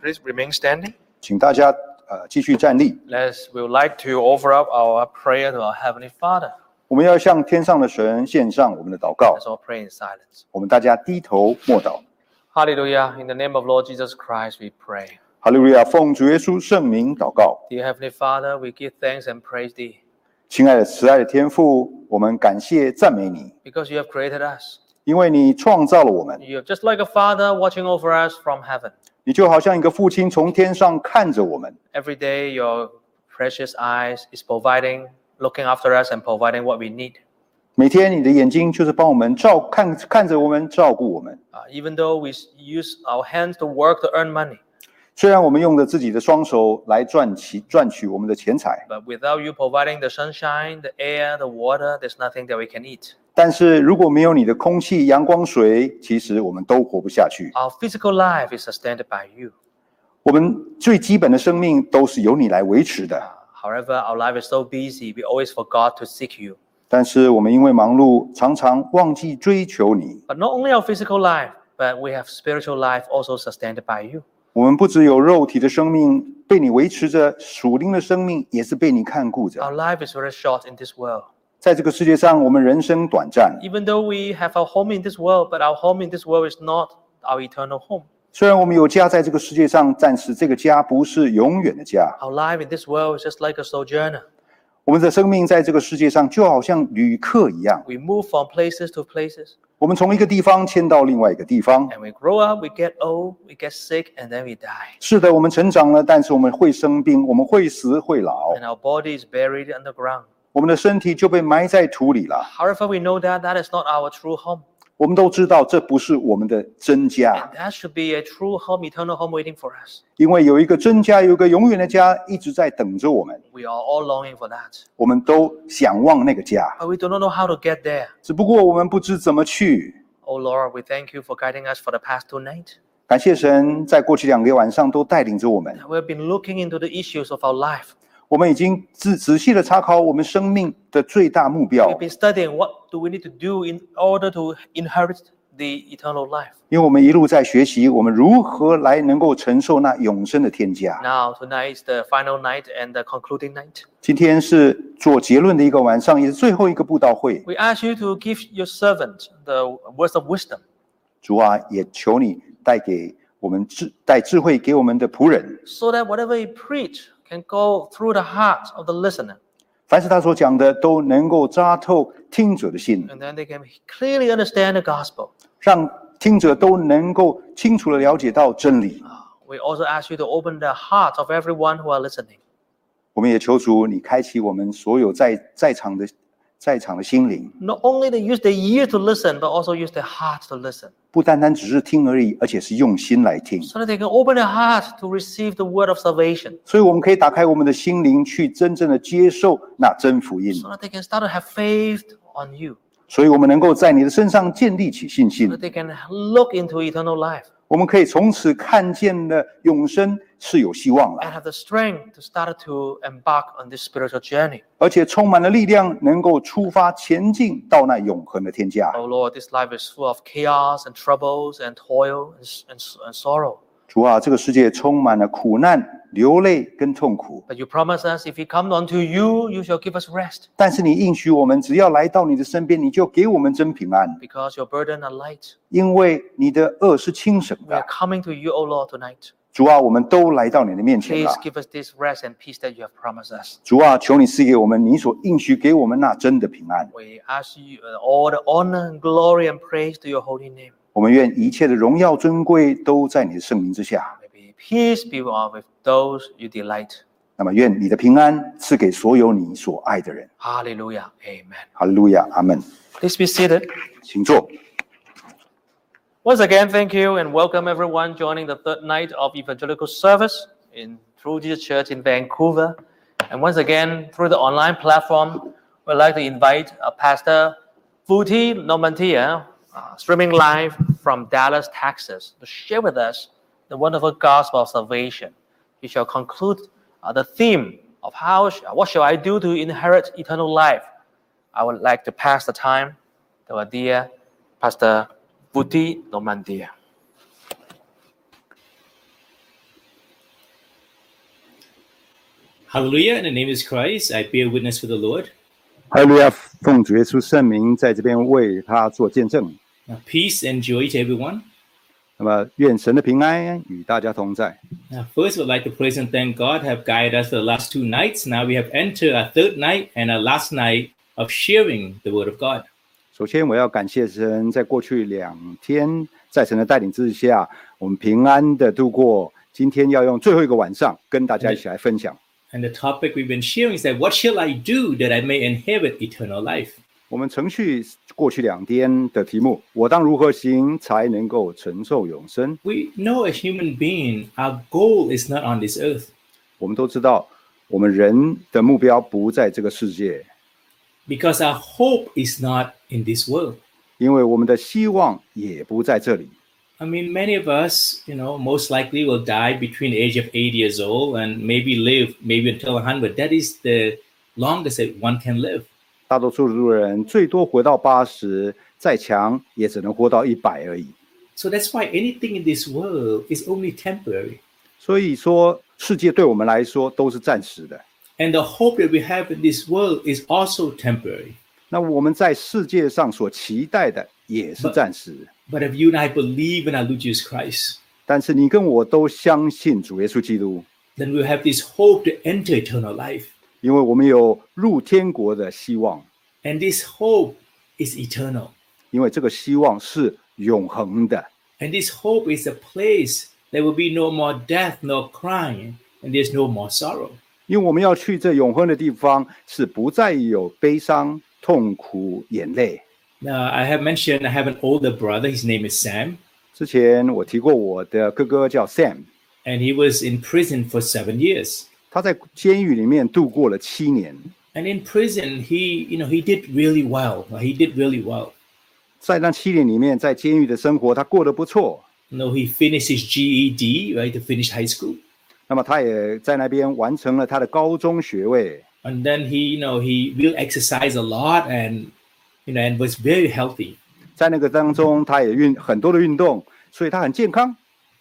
please remain standing? 请大家呃继续站立。 Let's, we would like to offer up our prayer to our Heavenly Father. 我们要向天上的神献上我们的祷告 Let's，all pray in silence. 我们大家低头默祷。 Hallelujah. In the name of Lord Jesus Christ, we pray. 哈利路亚，奉主耶稣圣名祷告。 Dear Heavenly Father, we give thanks and praise Thee 亲爱的慈爱的天父，我们感谢赞美你， because You have created us. 因为你创造了我们。 You have just like a father watching over us from heaven. 你就好像一个父亲从天上看着我们， Every day, Your precious eyes is providing, looking after us, and providing what we need. 每天你的眼睛就是帮我们照看看着我们，照顾我们。 Uh, even though we s- use our hands to work to earn money, 虽然我们用着自己的双手来赚取赚取我们的钱财， but without you providing the sunshine, the air, the water, there's nothing that we can eat. 但是如果没有你的空气、阳光、水，其实我们都活不下去。 Our physical life is sustained by you. 我们最基本的生命都是由你来维持的， Uh, however, our life is so busy, we always forgot to seek you. 但是我们因为忙碌，常常忘记追求你。 But not only our physical life, but we have spiritual life also sustained by you. 我们不只有肉体的生命被你维持着，属灵的生命也是被你看顾着。 Our life is very short in this world. 在这个世界上，我们人生短暂， Even though we have our home in this world, but our home in this world is not our eternal home. 虽然我们有家在这个世界上，但是这个家不是永远的家。 Our life in this world is just like a sojourner. 我们的生命在这个世界上就好像旅客一样， We move from places to places, 我们从一个地方迁到另外一个地方。 and we grow up, we get old, we get sick, and then we die. 是的，我们成长了，但是我们会生病，我们会死会老， And our body is buried underground. 我们的身体就被埋在土里了。 However, we know that that is not our true home. 我们都知道这不是我们的真家 And，that should be a true home, eternal home waiting for us. 因为有一个真家，有一个永远的家一直在等着我们。 We are all longing for that. 我们都想望那个家， But we do not know how to get there. 只不过我们不知怎么去。 Oh Lord, we thank you for guiding us for the past two nights. 感谢神，在过去两个晚上都带领着我们。 We've been looking into the issues of our life. 我们已经仔仔细的查考我们生命的最大目标 We've，been studying what do we need to do in order to inherit the eternal life. 因为我们一路在学习我们如何来能够承受那永生的天家。 Now tonight is the final night and the concluding night. 今天是做结论的一个晚上，也是最后一个布道会。 We ask you to give your servant the words of wisdom 主啊，也求你带给我们智带智慧给我们的仆人， so that whatever he preach can go through the heart of the listener 凡是他所讲的都能够扎透听者的心， and then they can clearly understand the gospel. 让听者都能够清楚的了解到真理。 We also ask you to open the heart of everyone who are listening 我们也求主你开启我们所有在在场的在场的心灵。 not only they use their ear to listen, but also use their heart to listen, 不单单只是听而已，而且是用心来听。 so that they can open their heart to receive the word of salvation, 所以我们可以打开我们的心灵，去真正的接受那真福音。 so that they can start to have faith on you, 所以我们能够在你的身上建立起信 so 心 that，they can look into eternal life 我们可以从此看见了永生是有希望了， and have the strength to start to embark on this spiritual journey. 而且充满了力量，能够出发前进到那永恒的天家。 Oh Lord, this life is full of chaos and troubles and toil and, s- and, s- and sorrow. 主啊，这个世界充满了苦难、流泪跟痛苦， But you promise us if we come unto you, you shall give us rest 但是你应许我们，只要来到你的身边，你就给我们真平安， because your burden are light. 因为你的恶是轻省 We 的 are。coming to you, O Lord, tonight. 主啊，我们都来到你的面前 Please 了。 give us this rest and peace that you have promised us. 主啊，求你赐给我们你所应许给我们那真的平安。 We ask you uh, all the honor and glory and praise to your holy name. 我们愿一切的荣耀尊贵都在你的圣名之下。 May be peace be on with those you delight. 那么，愿你的平安赐给所有你所爱的人。 Hallelujah. Amen. 哈利路亚，阿门。 Please be seated. 请坐。 Once again, thank you and welcome everyone joining the third night of evangelical service in True Jesus Church in Vancouver. And once again, through the online platform, we'd like to invite uh, Pastor Futi Nomantia, uh, streaming live from Dallas, Texas, to share with us the wonderful gospel of salvation. He shall conclude uh, the theme of how, sh- what shall I do to inherit eternal life? I would like to pass the time to our dear Pastor Buti Normandia. Hallelujah. In the name of Christ, I bear witness for the Lord. 哈利路亚，奉主耶稣圣名，在这边为他做见证。 Now, peace and joy to everyone. 那么，愿神的平安与大家同在。 Now, first, we'd like to praise and thank God have guided us the last two nights. Now we have entered our third night and our last night of sharing the Word of God. 首先，我要感谢神，在过去两天，在神的带领之下，我们平安的度过。今天要用最后一个晚上跟大家一起来分享。 And the topic we've been sharing is that what shall I do that I may inherit eternal life? 我们程序过去两天的题目：我当如何行才能够承受永生？ We know as human being, our goal is not on this earth. 我们都知道，我们人的目标不在这个世界， because our hope is not in this world. 因为我们的希望也不在这里。 I mean, many of us, you know, most likely will die between the age of 80 years old and maybe live maybe until 100. That is the longest that one can live. 大多数人最多活到八十，再强也只能活到一百而已。 So that's why anything in this world is only temporary. 所以说，世界对我们来说都是暂时的。 And the hope that we have in this world is also temporary. 那我们在世界上所期待的也是暂时。 But if you and I believe in our Lord Jesus Christ, 但是你跟我都相信主耶稣基督， then we have this hope to enter eternal life. 因为我们有入天国的希望， And this hope is eternal. 因为这个希望是永恒的。 And this hope is a place there will be no more death, nor crying, and there's no more sorrow. 因为我们要去这永恒的地方，是不再有悲伤、痛苦、眼泪。 Now, Uh, I have mentioned I have an older brother. His name is Sam, 之前我提过，我的哥哥叫 Sam， and he was in prison for seven years. 他在监狱里面度过了七年， And in prison, he, you know, he did really well. Uh, He did really well. 在那七年里面，在监狱的生活他过得不错。 You know, he finished his GED, right, to finish high school. 那么他也在那边完成了他的高中学位， And then he, you know, he really exercised a lot and, you know, and was very healthy. 在那个当中，他也运很多的运动，所以他很健康。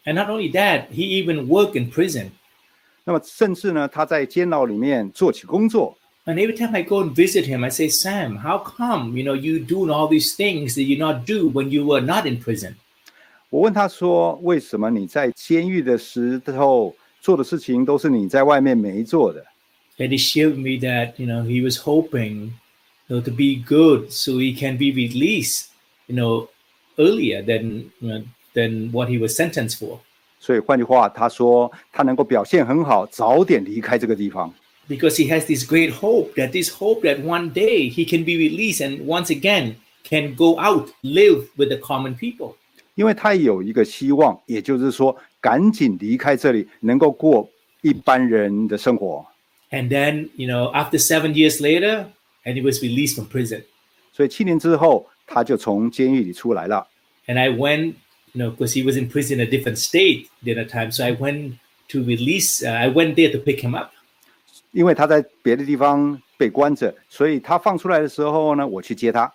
And not only that, he even worked in prison. 那么甚至呢，他在监牢里面做起工作。 And every time I go and visit him, I say, Sam, how come you know you doing all these things that you not do when you were not in prison? 我问他说：“为什么你在监狱的时候做的事情都是你在外面没做的 And he shared with me that you know he was hoping you know, to be good so he can be released, you know, earlier than you know, than what he was sentenced for.？” 所以换句话，他说他能够表现很好，早点离开这个地方， Because he has this great hope that this hope that one day he can be released and once again can go out, live with the common people. 因为他有一个希望，也就是说，赶紧离开这里，能够过一般人的生活。 And then, you know, after seven years later, and he was released from prison. 所以七年之后，他就从监狱里出来了。 and I went, you know, because he was in prison in a different state during that time. So I went to release. Uh, I went there to pick him up, 因为他在别的地方被关着，所以他放出来的时候呢，我去接他。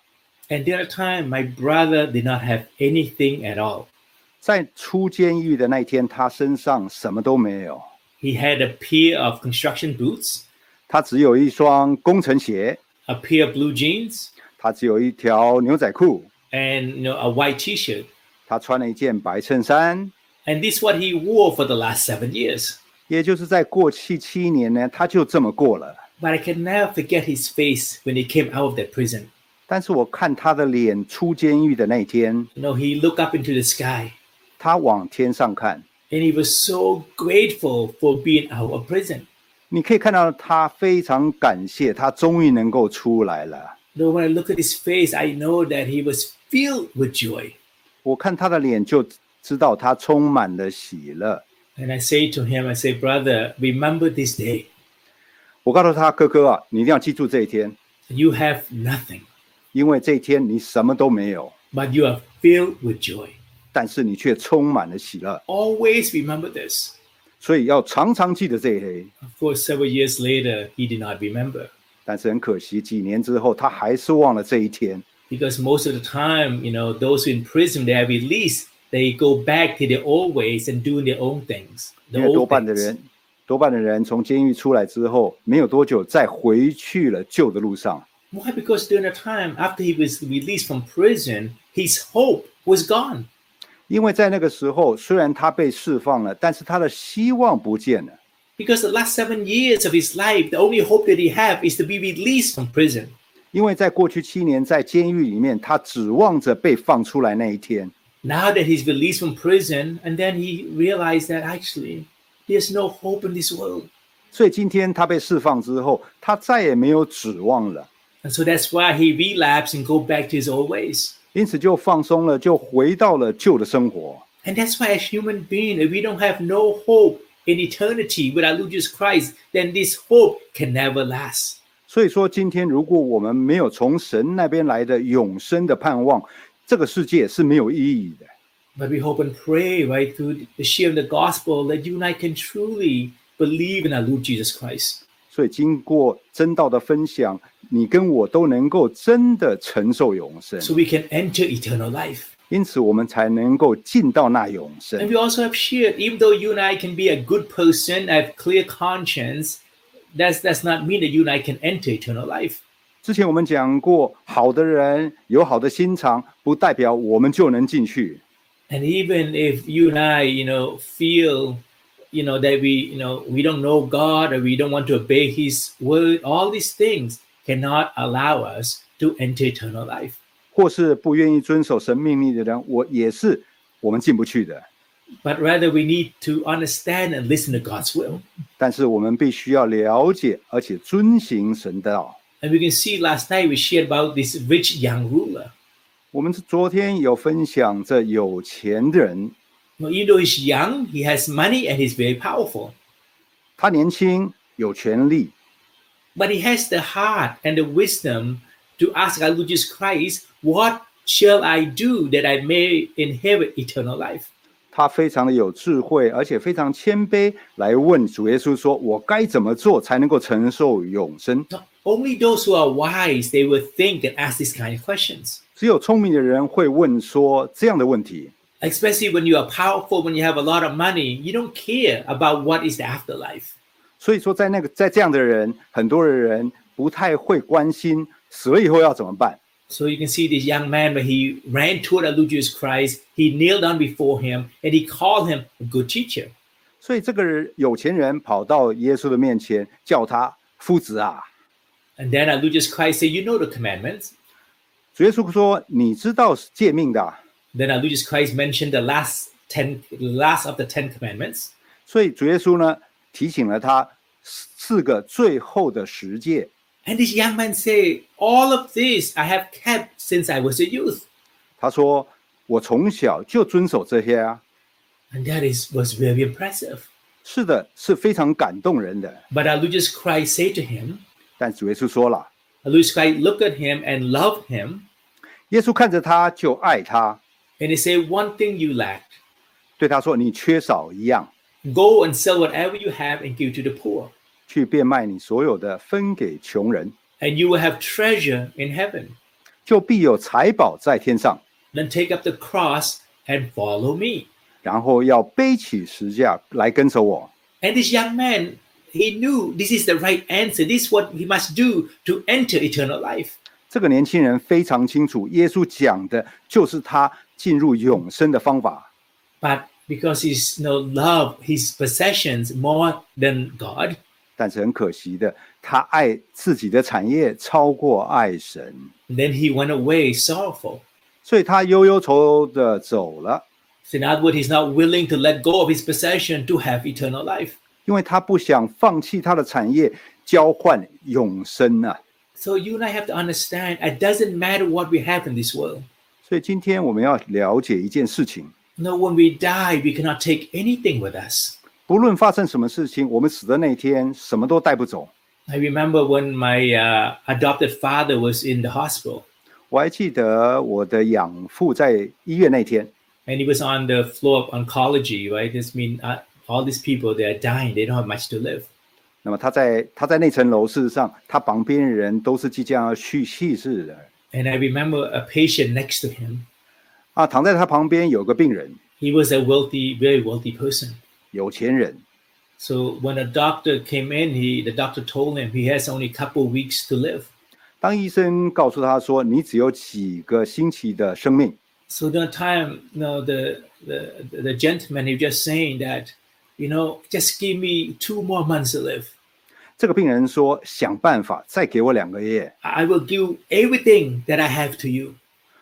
and during that time, my brother did not have anything at all. 在出监狱的那一天，他身上什么都没有， He had a pair of construction boots, 他只有一双工程鞋， a pair of blue jeans, 他只有一条牛仔裤， and you know, a white T-shirt. 他穿了一件白衬衫。 And this is what he wore for the last seven years. 也就是在过去七年呢，他就这么过了。 But I can never forget his face when he came out of that prison. 但是我看他的脸出监狱的那一天， You know, he looked up into the sky, 他往天上看， and he was so grateful for being out of prison. 你可以看到他非常感谢，他终于能够出来了。 Though when I look at his face, I know that he was filled with joy. 我看他的脸就知道他充满了喜乐。 And I say to him, I say, brother, remember this day. 我告诉他哥哥啊，你一定要记住这一天， You have nothing, 因为这一天你什么都没有， but you are filled with joy. 但是你却充满了喜乐， Always remember this. 所以要常常记得这一天。 Of course, several years later, he did not remember 但是很可惜，几年之后他还是忘了这一天， because most of the time, you know, those who in prison, they are released, they go back to their old ways and doing their own things. 因 The 为多 old 半的 things. 人，多半的人从监狱出来之后，没有多久再回去了旧的路上。 Why? Because during the time after he was released from prison, his hope was gone. 因为在那个时候，虽然他被释放了，但是他的希望不见了， Because the last seven years of his life, the only hope that he have is to be released from prison. 因为在过去七年在监狱里面，他指望着被放出来那一天。 Now that he's released from prison, and then he realized that actually there's no hope in this world. 所以今天他被释放之后，他再也没有指望了， And so that's why he relapsed and go back to his old ways. 因此就放松了，就回到了旧的生活。 And that's why as human being, if we don't have no hope in eternity without Lord Jesus Christ, then this hope can never last. 所以说，今天如果我们没有从神那边来的永生的盼望，这个世界是没有意义的。 But we hope and pray, right, through the share of the gospel that you and I can truly believe in our Lord Jesus Christ. 所以，经过真道的分享，你跟我都能够真的承受永生， So we can enter eternal life. 因此我们才能够进到那永 And 生。 we also have shared, even though you and I can be a good person, I have clear conscience, that's that's not mean that you and I can enter eternal life. 之前我们讲过，好的人有好的心肠，不代表我们就能进去。 And even if you and I, you know, feel, you know, that we, you know, we don't know God or we don't want to obey His word, all these things cannot allow us to enter eternal life. 或是不愿意遵守神命令的人，我也是我们进不去的。 But rather, we need to understand and listen to God's will. 但是我们必须要了解，而且遵行神的道。 And we can see last night we shared about this rich young ruler. 我们昨天有分享这有钱的人， You know, even though he's young, he has money and he's very powerful. 他年轻有权利， But he has the heart and the wisdom to ask our Lord Jesus Christ, What shall I do that I may inherit eternal life? 他非常的有智慧，而且非常谦卑，来问主耶稣说：“我该怎么做才能够承受永生 So only those who are wise they will think and ask these kind of questions 只有聪明的人会问说这样的问题， especially when you are powerful when you have a lot of money you don't care about what is the afterlife 所以说在那个在这样的人，很多的人不太会关心死了以后要怎么办。 so you can see this young man when he ran toward our Lord Jesus christ he kneeled down before him and he called him a good teacher 所以这个人有钱人跑到耶稣的面前，叫他夫子啊。 and then our Lord Jesus christ said you know the commandments 主耶稣说：“你知道是诫命的啊、 then our Lord Jesus christ mentioned the last 10 last of the 10 commandments 所以主耶稣呢提醒了他四四个最后的十诫。 and this young man said all of this i have kept since i was a youth 他说：“我从小就遵守这些啊。 and that is was very impressive ”是的，是非常感动人的。 But our Lord Jesus Christ said to him, 但主耶稣说了， our Lord Jesus Christ looked at him and loved him, 耶稣看着他就爱他， and he said, One thing you lack. 对他说：“你缺少一样， Go and sell whatever you have and give to the poor, 去变卖你所有的，分给穷人， and you will have treasure in heaven. 就必有财宝在天上。 Then take up the cross and follow me. 然后要背起十字架来跟随我。” And this young man, he knew this is the right answer. This is what he must do to enter eternal life. 这个年轻人非常清楚，耶稣讲的就是他进入永生的方法。 But because he's you no love his possessions more than God, 但是很可惜的，他爱自己的产业超过爱神， then he went away sorrowful. 所以他忧忧愁愁的走了， So in other words, he's not willing to let go of his possession to have eternal life. 因为他不想放弃他的产业，交换永生啊。 So you and I have to understand it doesn't matter what we have in this world. 所以今天我们要了解一件事情： No, when we die, we cannot take anything with us. 不论发生什么事情，我们死的那一天什么都带不走。 I remember when my uh, adopted father was in the hospital 我还记得我的养父在医院那天， and he was on the floor of oncology, right? This mean uh, all these people, they're dying. They don't have much to live. 那么他在他在那层楼，事实上他旁边的人都是即将要去去世的 And I remember a patient next to him. 啊，躺在他旁边有个病人， He was a wealthy, very wealthy person. 有钱人， So when a doctor came in, he the doctor told him he has only a couple weeks to live. 当医生告诉他说你只有几个星期的生命， So the time, you know, the, the the gentleman he just saying that, you know, just give me two more months to live. 这个病人说想办法再给我两个月， I will give everything that I have to you.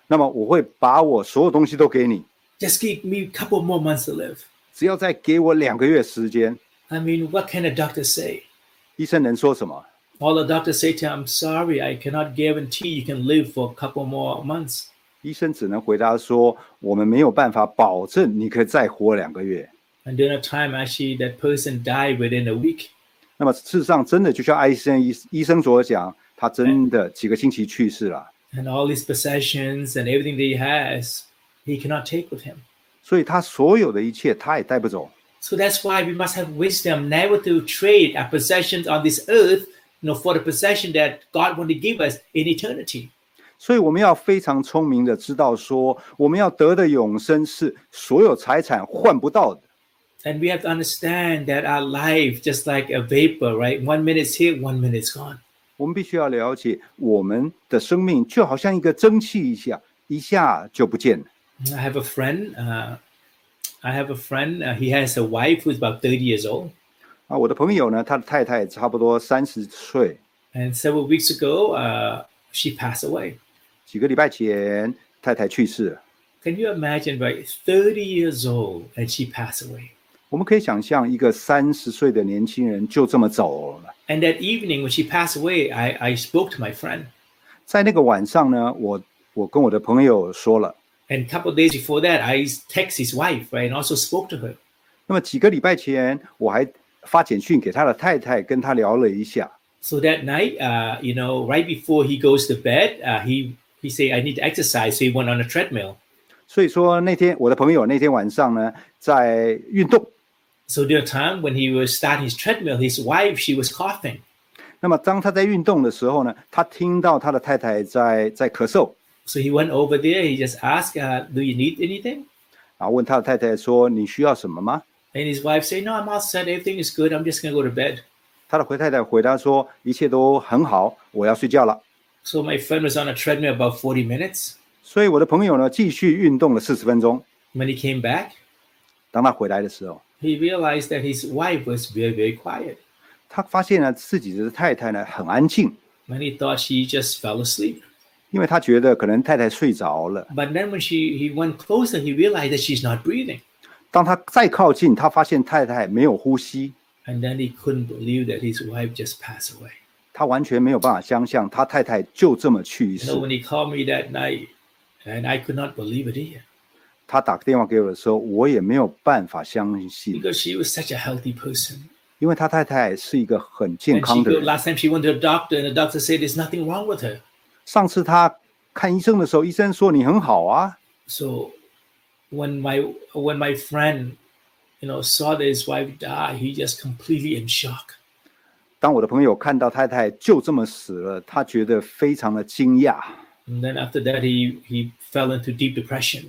那么我会把我所有东西都给你， Just give me a couple more months to live. 只要再给我两个月时间。 I mean, what can a doctor say? 医生能说什么？ All the doctors say to him, I'm sorry, I cannot guarantee you can live for a couple more months. 医生只能回答说我们没有办法保证你可以再活两个月。 And during a time, actually, that person died within a week. 那么事实上，真的就像艾森医医生所讲，他真的几个星期去世了， And all his possessions and everything that he has, he cannot take with him. 所以他所有的一切他也带不走。 So that's why we must have wisdom never to trade our possessions on this earth you know, for the possession that God want to give us in eternity. 所以我们要非常聪明的知道说，我们要得的永生是所有财产换不到的。 And we have to understand that our life, just like a vapor, right? One minute's here, one minute's gone. 我们必须要了解，我们的生命就好像一个蒸汽一下，一下就不见了。 I have a friend. Uh, I have a friend. Uh, he has a wife who's about 30 years old. 啊，我的朋友呢，他的太太差不多三十岁， And several weeks ago, uh, she passed away. 几个礼拜前太太去世了。 Can you imagine, right? 30 years old and she passed away. 我们可以想象，一个三十岁的年轻人就这么走了。 And that evening when she passed away, I, I spoke to my friend. 在那个晚上呢，我我跟我的朋友说了， And a couple of days before that, I text his wife, right? And also spoke to her. 那么几个礼拜前我还发简讯给他的太太，跟他聊了一下。 So that night, uh, you know, right before he goes to bed, uh, he, he said, I need to exercise. So he went on a treadmill. 所以说那天我的朋友那天晚上呢在运动， So during the time when he was starting his treadmill, his wife, she was coughing. 那么当他在运动的时候呢，他听到他的太太在在咳嗽， So he went over there. He just asked, uh, "Do you need anything?" 然后问他的太太说：“你需要什么吗 And his wife said, "No, I'm all set. Everything is good. I'm just gonna go to bed." ?”他的回太太回答说：“一切都很好，我要睡觉了。 So my friend was on a treadmill about 40 minutes. ”所以我的朋友呢继续运动了四十分钟。 When he came back, 当他回来的时候， he realized that his wife was very, very quiet. 他发现呢自己的太太呢很安静， And he thought she just fell asleep. 因为他觉得可能太太睡着了。 But then when she he went closer, he realized that she's not breathing. 当他再靠近，他发现太太没有呼吸， And then he couldn't believe that his wife just passed away. 他完全没有办法相信他太太就这么去世 So。when he called me that night, and I could not believe it either 他打个电话给我的时候，我也没有办法相信， because she was such a healthy person. 因为他太太是一个很健 And 康 she 的 go, 人。 last time she went to the doctor, and the doctor said there's nothing wrong with her. 上次他看医生的时候，医生说你很好啊。 So when my when my friend, you know, saw that his wife die, he just completely in shock. 当我的朋友看到太太就这么死了，他觉得非常的惊讶。 And then after that, he he fell into deep depression.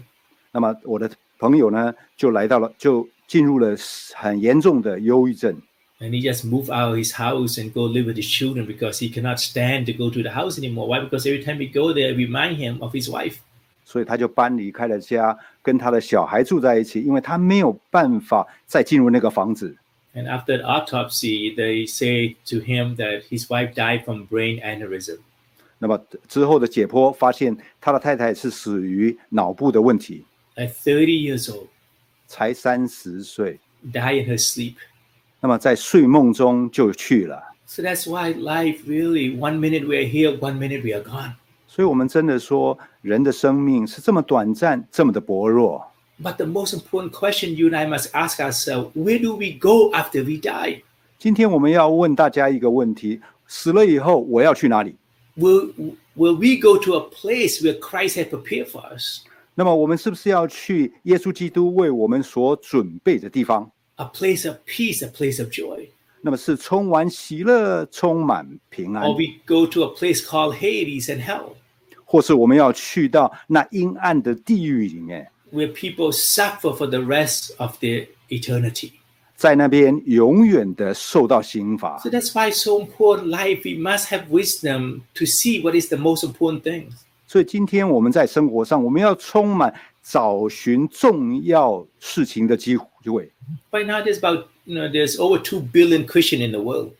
那么我的朋友呢，就来到了，就进入了很严重的忧郁症。 And he just moved out of his house and go live with his children because he cannot stand to go to the house anymore. Why? Because every time we go there, it remind him of his wife. 所以他就搬离开了家，跟他的小孩住在一起，因为他没有办法再进入那个房子。 And after the autopsy, they say to him that his wife died from brain aneurysm. 那么之后的解剖发现，他的太太是死于脑部的问题， At 30 years old, 才三十岁。 died in her sleep. 那么在睡梦中就去了。 So that's why life really, one minute we're here, one minute we are gone. 所以，我们真的说，人的生命是这么短暂，这么的薄弱。 But the most important question you and I must ask ourselves, where do we go after we die? 今天我们要问大家一个问题：死了以后我要去哪里？ Will, will we go to a place where Christ had prepared for us? 那么我们是不是要去耶稣基督为我们所准备的地方？ a place of peace, a place of joy. 那么是充满喜乐，充满平安 Or，we go to a place called Hades and hell, 或是我们要去到那阴暗的地狱里面， where people suffer for the rest of their eternity. 在那边永远的受到刑罚 So。that's why it's so important life. We must have wisdom to see what is the most important thing. 所以今天我们在生活上，我们要充满找寻重要事情的机会。 Right now, there's about you know there's over two billion Christian in the world.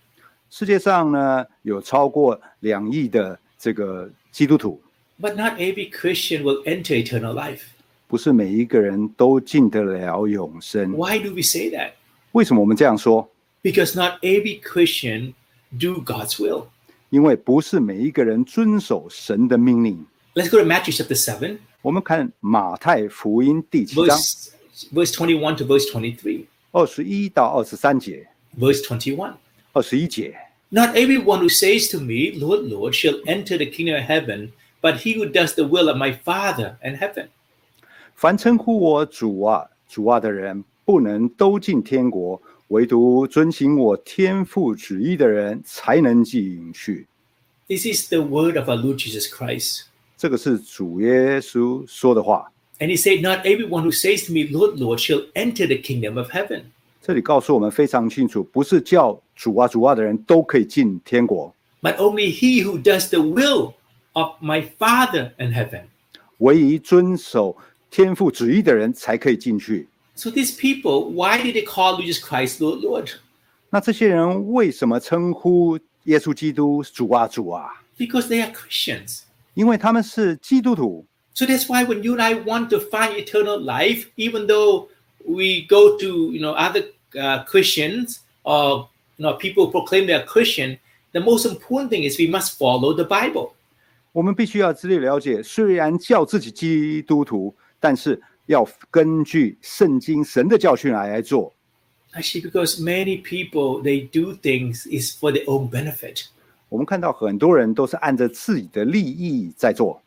世界上呢，有超过两亿的这个基督徒， But not every Christian will enter eternal life. 不是每一个人都进得了永生。 Why do we say that? 为什么我们这样说？ Because not every Christian do God's will. 因为不是每一个人遵守神的命令。 Let's go to Matthew chapter 7, 我们看马太福音第七章 verse, verse 21 to verse 23. 二十一到二十三节， Verse 21. 二十一节。 Not everyone who says to me, Lord, Lord, shall enter the kingdom of heaven, but he who does the will of my Father in heaven. 凡称呼我主啊、主啊的人，不能都进天国，唯独遵行我天父旨意的人才能进去。 This is the word of our Lord Jesus Christ. 这个是主耶稣说的话。 And he said, Not everyone who says to me, Lord, Lord, shall enter the kingdom of heaven. 这里告诉我们非常清楚，不是叫主啊、主啊的人都可以进天国， but only he who does the will of my Father in heaven. 唯一遵守天父旨意的人才可以进去。 So these people, why did they call Jesus Christ Lord, Lord? 那这些人为什么称呼耶稣基督主啊、主啊？ Because they are Christians. 因为他们是基督徒， So that's why when you and I want to find eternal life, even though we go to you know other uh, Christians or you know people who proclaim they are Christian, the most important thing is we must follow the Bible. 我们必须要自律了解，虽然叫自己基督徒，但是要根据圣经神的教训来来做。 Actually, because many people they do things is for their own benefit. 我们看到很多人都是按着自己的利益在做，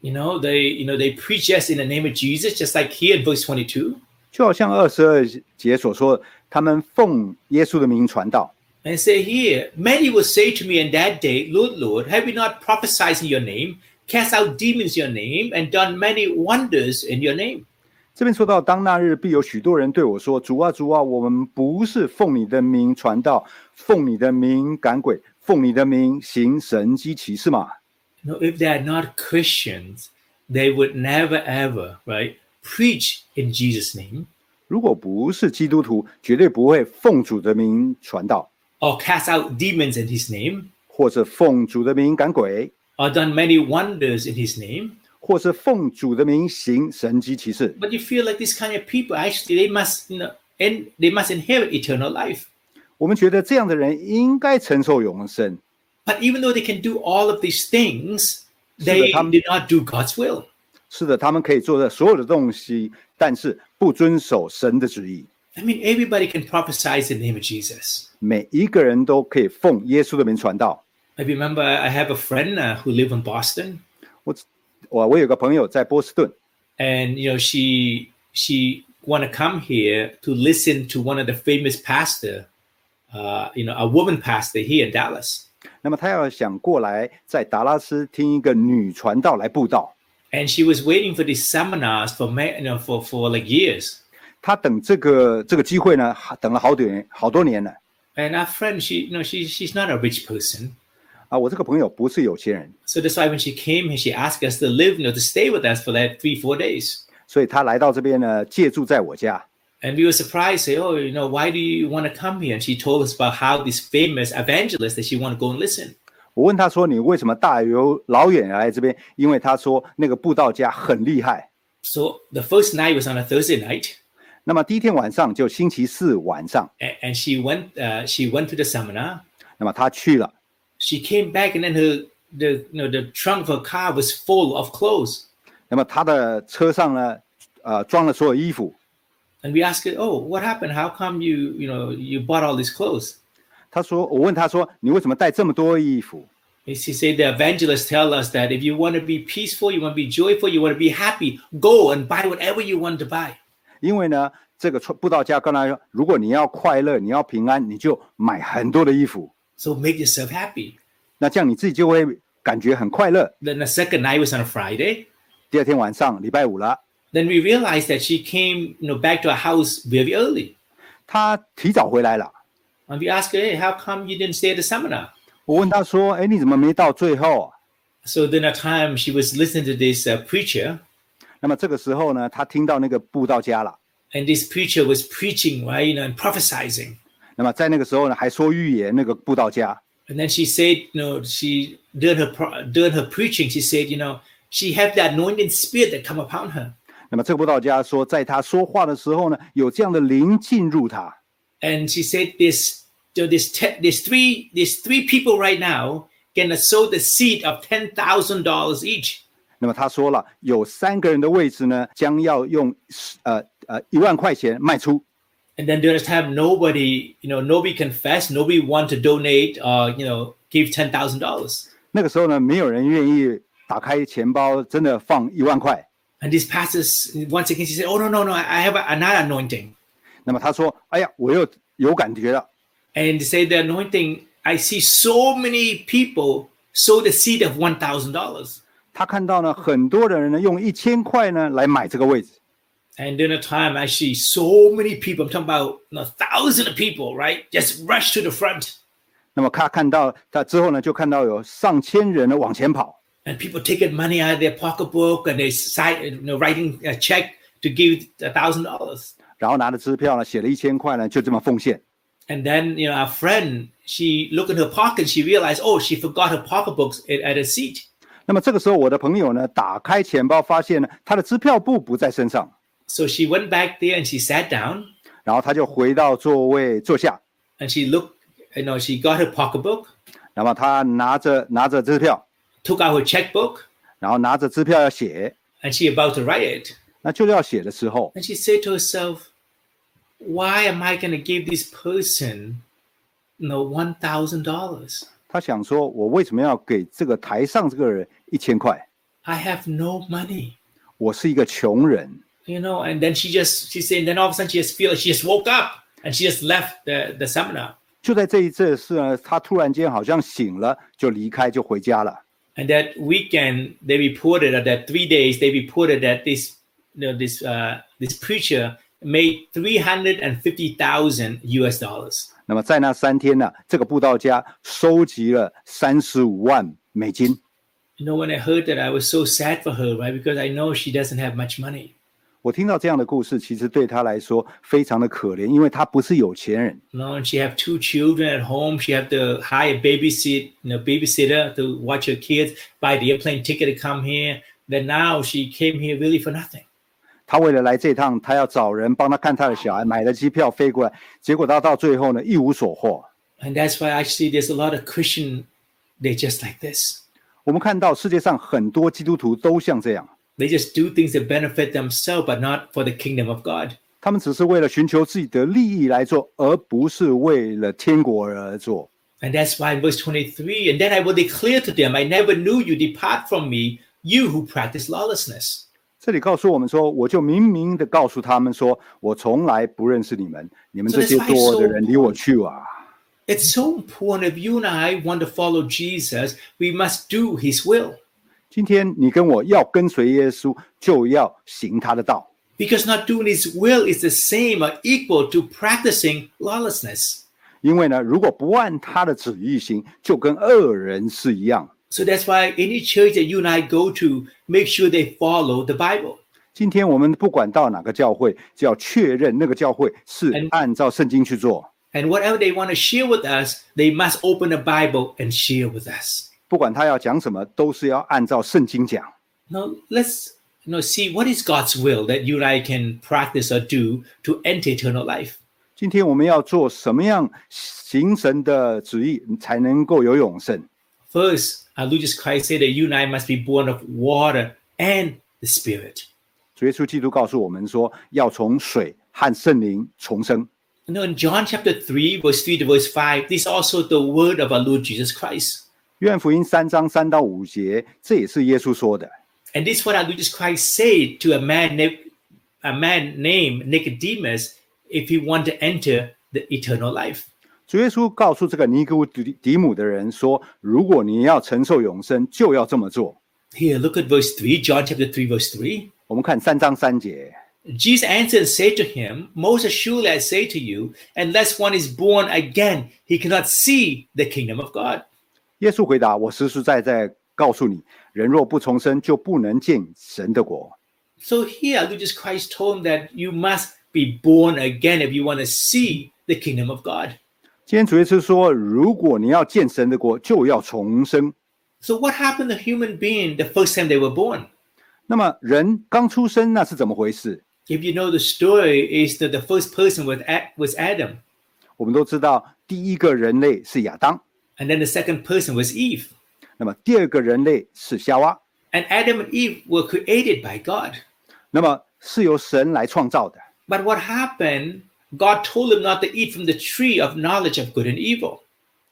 You know, they you know they preach us in the name of Jesus, just like here in verse 22. 就好像二十二节所说，他们奉耶稣的名传道。 And say here, many will say to me in that day, Lord, Lord, have we not prophesied in your name, cast out demons in your name, and done many wonders in your name? 这边说到，当那日必有许多人对我说：“主啊，主啊，我们不是奉你的名传道，奉你的名赶鬼，奉你的名行神机骑士嘛。 You know, if they are not Christians, they would never ever, right, preach in Jesus' name 如果不是基督徒，绝对不会奉主的名传道， or cast out demons in his name 或者奉主的名赶鬼， or done many wonders in his name. 或是奉主的名行神机骑士。 But you feel like this kind of people actually they must you know and they must inherit eternal life. 我们觉得这样的人应该承受永生， But even though they can do all of these things, they Come- did not do God's will. 是的，他们可以做的所有的东西，但是不遵守神的旨意。 I mean, everybody can prophesy in the name of Jesus. 每一个人都可以奉耶稣的名传道。 I remember I have a friend uh, who live in Boston, 我我我有个朋友在波士顿， and you know she she want to come here to listen to one of the famous pastor, uh, you know, a woman pastor here in Dallas, 那么他要想过来在达拉斯听一个女传道来布道， and she was waiting for these seminars for ma- you know for for like years. 他等这个这个机会呢，等了好多年好多年了 And our friend, she you know she she's not a rich person, 啊！我这个朋友不是有钱人， so that's why when she came here, she asked us to live, you know, to stay with us for that three four days. 所以他来到这边呢，借住在我家。 And we were surprised, say, oh, you know, why do you want to come here? And she told us about how this famous evangelist that she want to go and listen. 我问他说：“你为什么大有老远来这边？”因为他说那个布道家很厉害。 So the first night was on a Thursday night, 那么第一天晚上就星期四晚上， and, and she went. Uh, she went to the seminar. 那么他去了， She came back, and then her the you know the trunk of her car was full of clothes. 那么他的车上呢，呃，装了所有衣服。 And we asked her, oh, what happened? How come you you know you bought all these clothes? 他说：“我问他说，你为什么带这么多衣服？” And she said, the evangelists tell us that if you want to be peaceful, you want to be joyful, you want to be happy, go and buy whatever you want to buy. 因为呢，这个布道家跟他说，如果你要快乐，你要平安，你就买很多的衣服， So make yourself happy. 那这样你自己就会感觉很快乐。 Then the second night was on a Friday. 第二天晚上，礼拜五了， Then we realized that she came you know, back to our house very early. 他提早回来了。 And we asked her, hey, how come you didn't stay at the seminar? 我问他说：“哎，你怎么没到最后啊、 So then at time she was listening to this uh, preacher, 那么这个时候呢，他听到那个布道家了。 and this preacher was preaching, right, you know, and prophesizing. 那么在那个时候呢，还说预言那个布道家。 And then she said, you know, she during her pro- during her preaching, she said, you know, she had the anointing spirit that come upon her. 那么这个布道家说，在他说话的时候呢，有这样的灵进入他。 and she said this you know, this te- this three these three people right now can sow the seed of ten thousand dollars each 那么他说了，有三个人的位置呢，将要用呃呃一万块钱卖出。 and then during this time nobody you know nobody confessed nobody want to donate or you know give ten thousand dollars 那个时候呢，没有人愿意打开钱包，真的放一万块。 and these pastors once again she said oh no no no i I have another anointing 那么他说：“哎呀，我又有感觉了。 and they say the anointing i see so many people sow the seed of one thousand dollars ”他看到呢，很多的人呢用一千块呢来买这个位置。 and during the time i see so many people i'm talking about you know, thousands of people right just rush to the front 那么他看到他之后呢，就看到有上千人呢往前跑。 and people taking money out of their pocketbook and they sign, you know, writing a check to give a thousand dollars. 然后拿着支票呢，写了一千块呢，就这么奉献。 And then you know our friend, she looked in her pocket, she realized, oh, she forgot her pocketbooks at, at her seat. 那么这个时候，我的朋友呢，打开钱包，发现呢，他的支票簿不在身上， So she went back there and she sat down 然后他就回到座位坐下， and she looked, you know, she got her pocketbook, 那么他拿着拿着支票， took out her checkbook, 然后拿着支票要写， and she about to write it. 那就要写的时候， And she said to herself, why am I going to give this person, you know, one thousand dollars? 他想说，我为什么要给这个台上这个人一千块？ I have no money. 我是一个穷人。 you know and then she just she said then all of a sudden she just feel like she just woke up and she just left the the seminar 就在这一次的事呢，他突然间好像醒了，就离开，就回家了。 and that weekend they reported that- that three days they reported that this you know this uh this preacher made 350000 us dollars 那么在那三天呢，这个布道家收集了三十五万美金。 you know when i heard that i was so sad for her right because i know she doesn't have much money 我听到这样的故事，其实对他来说非常的可怜，因为他不是有钱人， you know and she have two children at home she have to hire babysit you know babysitter to watch her kids buy the airplane ticket to come here then now she came here really for nothing 他为了来这趟，他要找人帮他看他的小孩，买了机票飞过来，结果他到最后呢一无所获。 And that's why actually there's a lot of Christian, they're just like this. 我们看到世界上很多基督徒都像这样， They just do things that benefit themselves, but not for the kingdom of God. 他们只是为了寻求自己的利益来做，而不是为了天国而做。 And that's why in verse 23, and then I will declare to them, I never knew you, depart from me, you who practice lawlessness. 这里告诉我们说，我就明明的告诉他们说，我从来不认识你们，你们这些作恶的人，离我去啊！ It's so important if you and I want to follow Jesus, we must do his will. 今天你跟我要跟随耶稣，就要行他的道， Because not doing his will is the same or equal to practicing lawlessness. 因为呢，如果不按他的旨意行，就跟恶人是一样。 So that's why any church that you and I go to, make sure they follow the Bible. 今天我们不管到哪个教会，就要确认那个教会是 And- 按照圣经去做。 And whatever they want to share with us, they must open the Bible and share with us. 不管他要讲什么，都是要按照圣经讲。 Now let's you know see what is God's will that you and I can practice or do to enter eternal life. 今天我们要做什么样行神的旨意，才能够有永生？ First, our Lord Jesus Christ said that you and I must be born of water and the Spirit. 主耶稣基督告诉我们说，要从水和圣灵重生。 You know, in John chapter 3, verse 3 to verse 5, this is also the word of our Lord Jesus Christ. 约翰福音三章三到五节，这也是耶稣说的。 And this is what our Lord Jesus Christ said to a man, na- a man named Nicodemus if he want to enter the eternal life. 主耶稣告诉这个尼哥底底母的人说，如果你要承受永生，就要这么做。 Here, look at verse 3, John chapter 3, verse 3. 我们看三章三节， Jesus answered and said to him, Most surely I say to you, unless one is born again, he cannot see the kingdom of God. 耶稣回答：“我实实在在告诉你，人若不重生，就不能见神的国。 So here, Jesus Christ told him that you must be born again if you want to see the kingdom of God. ”今天主耶稣说：“如果你要见神的国，就要重生。 So what happened to human being the first time they were born? ”那么人刚出生那是怎么回事？ If you know the story, is that the first person was A- was Adam, 我们都知道，第一个人类是亚当， and then the second person was Eve. 那么第二个人类是夏娃， And Adam and Eve were created by God. 那么是由神来创造的。 But what happened? God told them not to eat from the tree of knowledge of good and evil.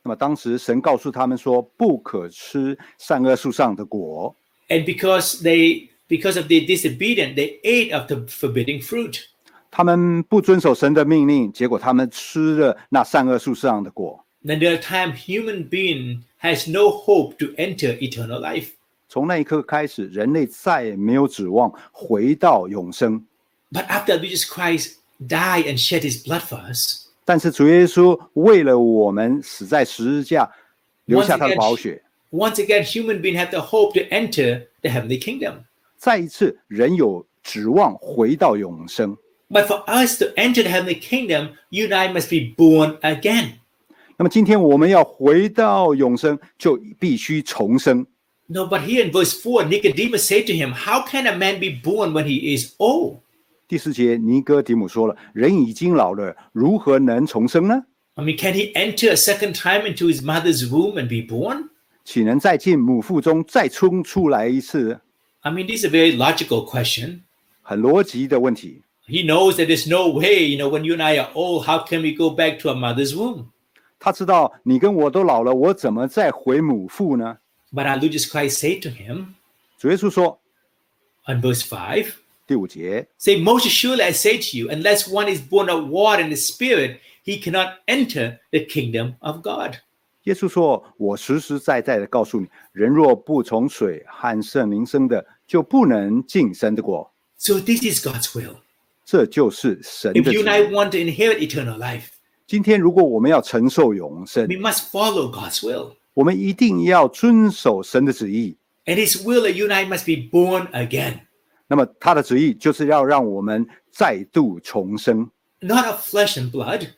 那么当时神告诉他们说，不可吃善恶树上的果。 And because they because of their disobedience, they ate of the forbidding fruit. 他们不遵守神的命令，结果他们吃了那善恶树上的果。 Then there are time human being has no hope to enter eternal life. 从那一刻开始，人类再也没有指望回到永生。 But after Jesus Christ died and shed his blood for us, 但是主耶稣为了我们死在十字架，留下他的宝血。 once again human being have the hope to enter the heavenly kingdom. 再一次，人有指望回到永生。 But for us to enter the heavenly kingdom, you and I must be born again. 那么今天我们要回到永生，就必须重生。 No, but here in verse 4, Nicodemus said to him, How can a man be born when he is old? 第四节，尼哥底母说了：“人已经老了，如何能重生呢？ I mean, can he enter a second time into his mother's womb and be born? 岂能再进母腹中再冲出来一次？ I mean, this is a very logical question. 很逻辑的问题。 He knows that there's no way, you know, when you and I are old, how can we go back to our mother's womb? 他知道你跟我都老了，我怎么再回母腹呢？ But our Lord Jesus Christ said to him 主耶稣说， on verse 5, 第五节， say, Most surely I say to you, unless one is born of water and the spirit, he cannot enter the kingdom of God. 耶稣说：“我实实在在的告诉你，人若不从水和圣灵生的，就不能进神的国。 So this is God's will. 这就是神 If 的 you 旨 and I 意。 want to inherit eternal life, 今天，如果我们要承受永生 we，must follow God's will. 我们一定要遵守神的旨意。 And his will that you and I must be born again. 那么，他的旨意就是要让我们再度重生， not of flesh and blood,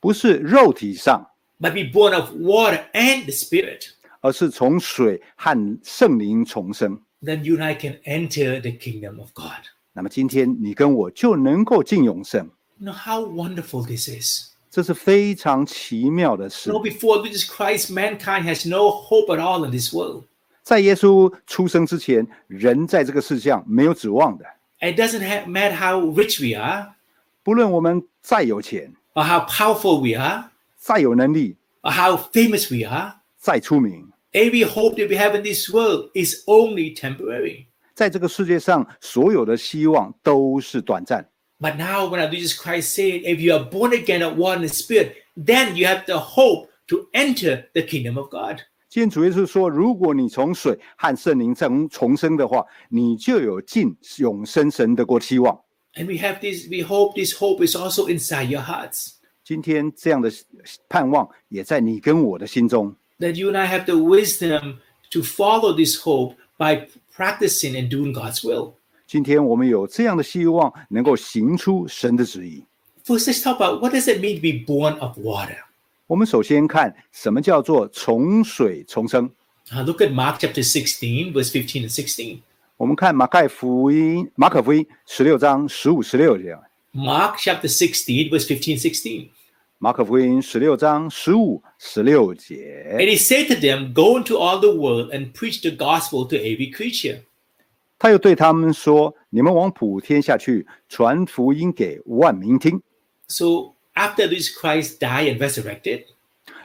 不是肉体上， but be born of water and the Spirit, 而是从水和圣灵重生。 then you and I can enter the kingdom of God. 那么，今天你跟我就能够进永生， You know how wonderful this is. 这是非常奇妙的事 You know,。before Jesus Christ, mankind has no hope at all in this world. 在耶稣出生之前，人在这个世上没有指望的。 It doesn't ha- matter how rich we are, 不论我们再有钱、 or how powerful we are, 再有能力、 or how famous we are. 再出名， Every hope that we have in this world is only temporary. 在这个世界上，所有的希望都是短暂。 But now, when our Lord Jesus Christ said, if you are born again of water and the Spirit, then you have the hope to enter the kingdom of God. 今天主耶稣说，如果你从水和圣灵重重生的话，你就有进永生神的国期望。 And we have this, we hope this hope is also inside your hearts. 今天这样的盼望也在你跟我的心中。 That you and I have the wisdom to follow this hope by practicing and doing God's will. 今天我们有这样的希望，能够行出神的旨意。 First, let's talk about what does it mean to be born of water? 我们首先看什么叫做从水重生。 Now Uh, look at Mark chapter 16, verse 15 and 16. 我们看马太福音、马可福音十六章十五、十六节。啊 Mark chapter 16, verse 15, 16. 马可福音十六章十五、十六 And 节， he said to them, Go into all the world and preach the gospel to every creature. 他又对他们说：“你们往普天下去，传福音给万民听。 So after this Christ died and resurrected, ”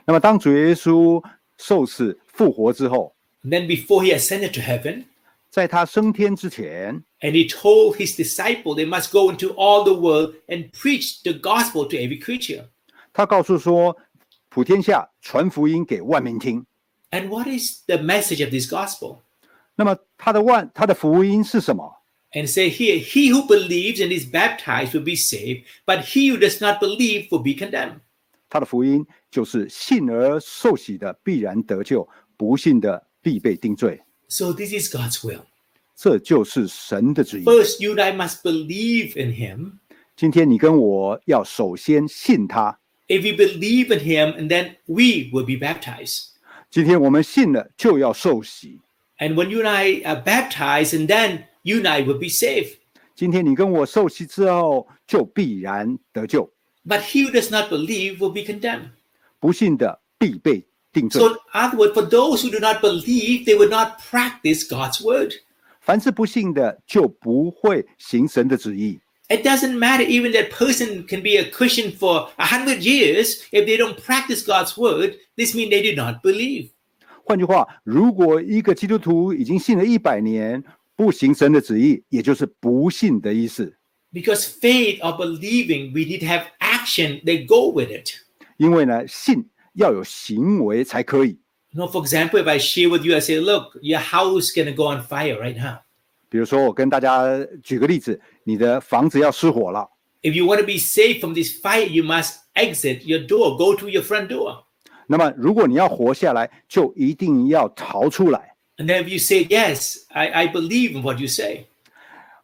那么，当主耶稣受死复活之后， then before he ascended to heaven, 在他升天之前， And he told his disciple they must go into all the world and preach the gospel to every creature. 他告诉说：“普天下传福音给万民听。 And what is the message of this gospel? ”那么，他的万他的福音是什么？ and say here, he who believes and is baptized will be saved, but he who does not believe will be condemned. 他的福音就是信而受洗的必然得救，不信的必被定罪。 So this is God's will. 这就是神的旨意。 First, you and I must believe in him. 今天你跟我要首先信他。 If we believe in him, and then we will be baptized. 今天我们信了，就要受洗。 And when you and I are baptized, and then you and I will be saved. 今天你跟我受洗之后，就必然得救； But he who does not believe will be condemned. 不信的必被定罪。 So, in other words, for those who do not believe, they will not practice God's word. 凡是不信的，就不会行神的旨意。 It doesn't matter even that person can be a Christian for a hundred years if they don't practice God's word. This means they did not believe. 换句话，如果一个基督徒已经信了一百年，不行神的旨意，也就是不信的意思。 Because faith or believing, we need to have action that go with it. 因为呢，信要有行为才可以。 You know, for example, if I share with you, I say, look, your house is gonna go on fire right now. 比如说，我跟大家举个例子，你的房子要失火了， If you want to be safe from this fire, you must exit your door, go to your front door. 那么如果你要活下来，就一定要逃出来。 And then if you say, Yes, I, I believe in what you say,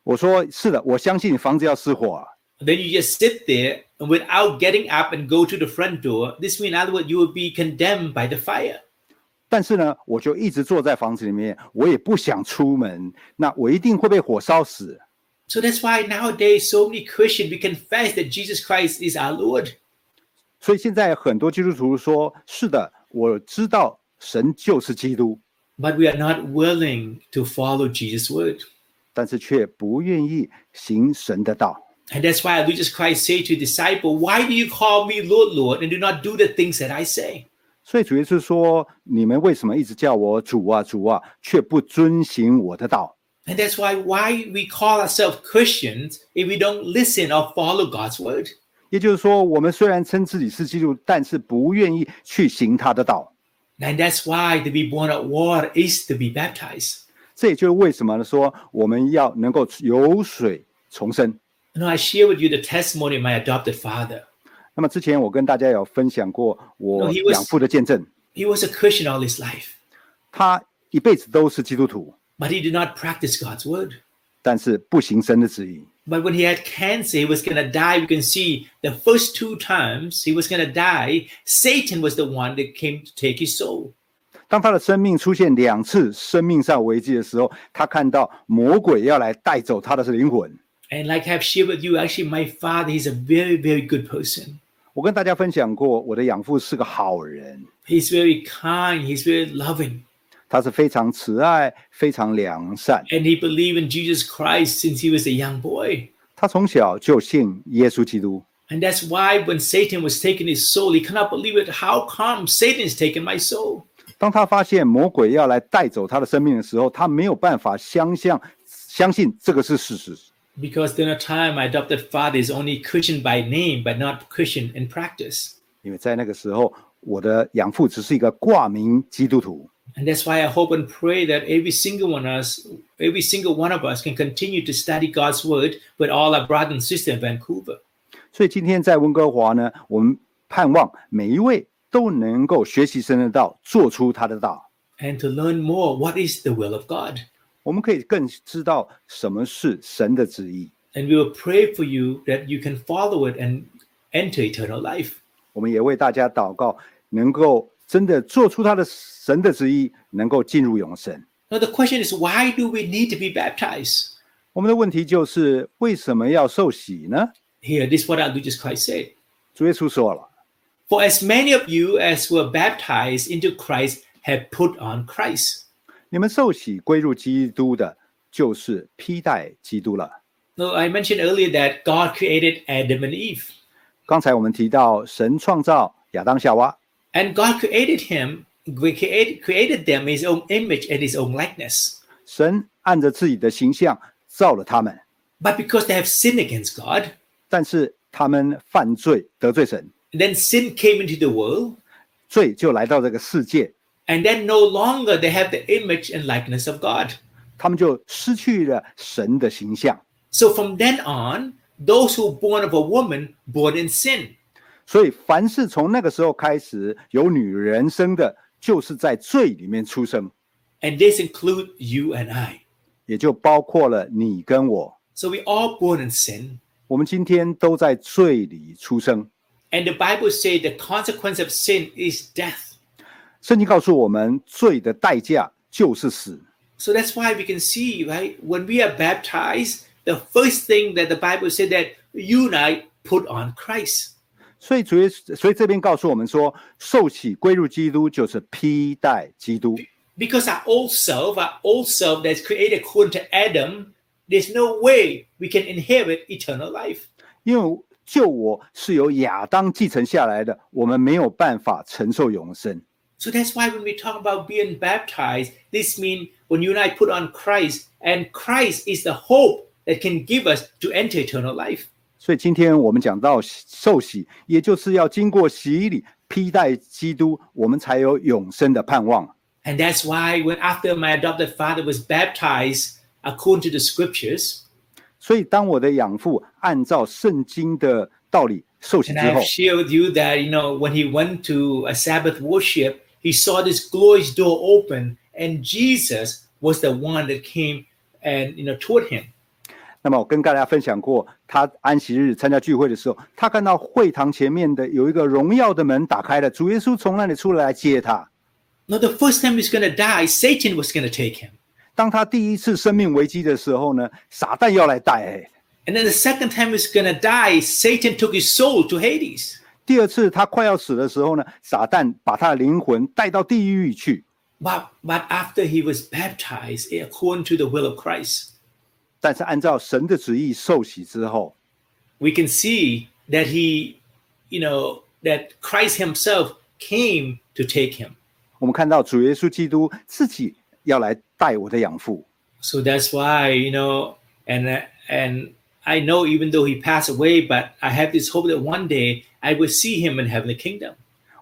我说是的，我相信房子要失火、啊， then you just sit there and without getting up and go to the front door. This means, in other words, you will be condemned by the fire. 但是呢，我就一直坐在房子里面，我也不想出门，那我一定会被火烧死。 So that's why nowadays, so many Christians, we confess that Jesus Christ is our Lord. 所以现在很多基督徒说：“是的，我知道神就是基督， But we are not willing to follow Jesus' word. 但是却不愿意行神的道。 And that's why Jesus Christ said to his disciple, Why do you call me Lord, Lord, and do not do the things that I say? ”所以主耶稣说：“你们为什么一直叫我主啊主啊，却不遵行我的道 And that's why why we call ourselves Christians if we don't listen or follow God's word.？” 也就是说，我们虽然称自己是基督，但是不愿意去行他的道。 And that's why to be born of water is to be baptized. 这也就是为什么呢？说我们要能够有水重生。 You know, I share with you the testimony of my adopted father. 那么之前我跟大家有分享过我 No, he was- 养父的见证， He was a Christian all his life, 他一辈子都是基督徒， but he did not practice God's word. 但是不行神的旨意。 But when he had cancer, he was going to die. You can see the first two times he was going to die, Satan was the one that came to take his soul. 当他的生命出现两次生命上危机的时候，他看到魔鬼要来带走他的灵魂。 And like I've shared with you, actually, my father, he's a very, very good person. 我跟大家分享过，我的养父是个好人， He's very kind, he's very loving, 他是非常慈爱、非常良善。 and he believed in Jesus Christ since he was a young boy. 他从小就信耶稣基督， And that's why when Satan was taking his soul, he cannot believe it. How come Satan's taking my soul? 当他发现魔鬼要来带走他的生命的时候，他没有办法相信，相信这个是事实。 Because during a time, my adopted father is only Christian by name, but not Christian in practice. 因为在那个时候，我的养父只是一个挂名基督徒。 And that's why I hope and pray that every single one of us, every single one of us can continue to study God's word with all our brothers and sisters in Vancouver. 所以今天在温哥华呢，我们盼望每一位都能够学习神的道，做出他的道。 And to learn more what is the will of God. 我们可以更知道什么是神的旨意。 And we will pray for you that you can follow it and enter eternal life. 我们也为大家祷告，能够真的做出他的神的旨意，能够进入永生。 Now the question is, why do we need to be baptized? 我们的问题就是为什么要受洗呢？ Here, this is what our Lord Jesus Christ said. 主耶稣说了， For as many of you as were baptized into Christ have put on Christ. 你们受洗归入基督的，就是披戴基督了。 Now, I mentioned earlier that God created Adam and Eve, 刚才我们提到神创造亚当夏娃， and God created him, created, created them in his own image and his own likeness. 神按着自己的形象造了他们， But because they have sinned against God, 但是他们犯罪得罪神， then sin came into the world, 罪就来到这个世界， and then no longer they have the image and likeness of God. 他他们就失去了神的形象。 So from then on, those who born of a woman born in sin. 所以，凡是从那个时候开始有女人生的，就是在罪里面出生， And this include you and I. 也就包括了你跟我。 So we all born in sin. 我们今天都在罪里出生。 And the Bible says the consequence of sin is death. 圣经告诉我们，罪的代价就是死。 So that's why we can see, right? When we are baptized, the first thing that the Bible said that you and I put on Christ. 所以主耶稣，所以这边告诉我们说，受洗归入基督就是披戴基督， Because our old self, our old self that's created according to Adam, there's no way we can inherit eternal life. 因为就我是由亚当继承下来的，我们没有办法承受永生。 So that's why when we talk about being baptized, this means when you and I put on Christ, and Christ is the hope that can give us to enter eternal life. 所以今天我们讲到受洗，也就是要经过洗礼，披戴基督，我们才有永生的盼望。 And that's why when after my adopted father was baptized according to the scriptures, 所以，当我的养父按照圣经的道理受洗 and 之后 I've，shared with you that you know when he went to a Sabbath worship, he saw this glorious door open, and Jesus was the one that came and you know toward him. 那么我跟大家分享过，他安息日参加聚会的时候，他看到会堂前面的有一个荣耀的门打开了，主耶稣从那里出来来接他。 Now the first time he was gonna die, Satan was gonna take him. 当他第一次生命危机的时候呢，撒旦要来带、哎 And then the second time he's gonna die, Satan took his soul to Hades. 第二次他快要死的时候呢，撒旦把他的灵魂带到地狱去。 But but after he was baptized eh, according to the will of Christ, 但是按照神的旨意受洗之后， we can see that he, you know, that Christ himself came to take him. 我们看到主耶稣基督自己要来带我的养父。 So that's why, you know, and and I know even though he passed away, but I have this hope that one day I will see him in heavenly kingdom.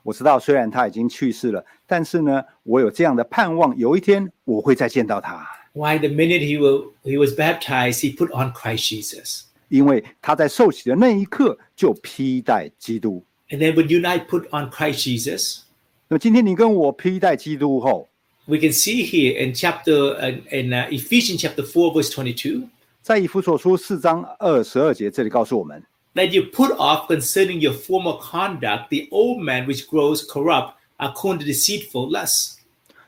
我知道虽然他已经去世了，但是呢，我有这样的盼望，有一天我会再见到他。 Why the minute he will he was baptized, he put on Christ Jesus. 因为他在受洗的那一刻就披戴基督。 And then when you and I put on Christ Jesus, 那么今天你跟我披戴基督后， we can see here in chapter in, in uh, Ephesians chapter 4 verse 22在以弗所书四章二十二节这里告诉我们， that you put off concerning your former conduct the old man which grows corrupt according to deceitful lusts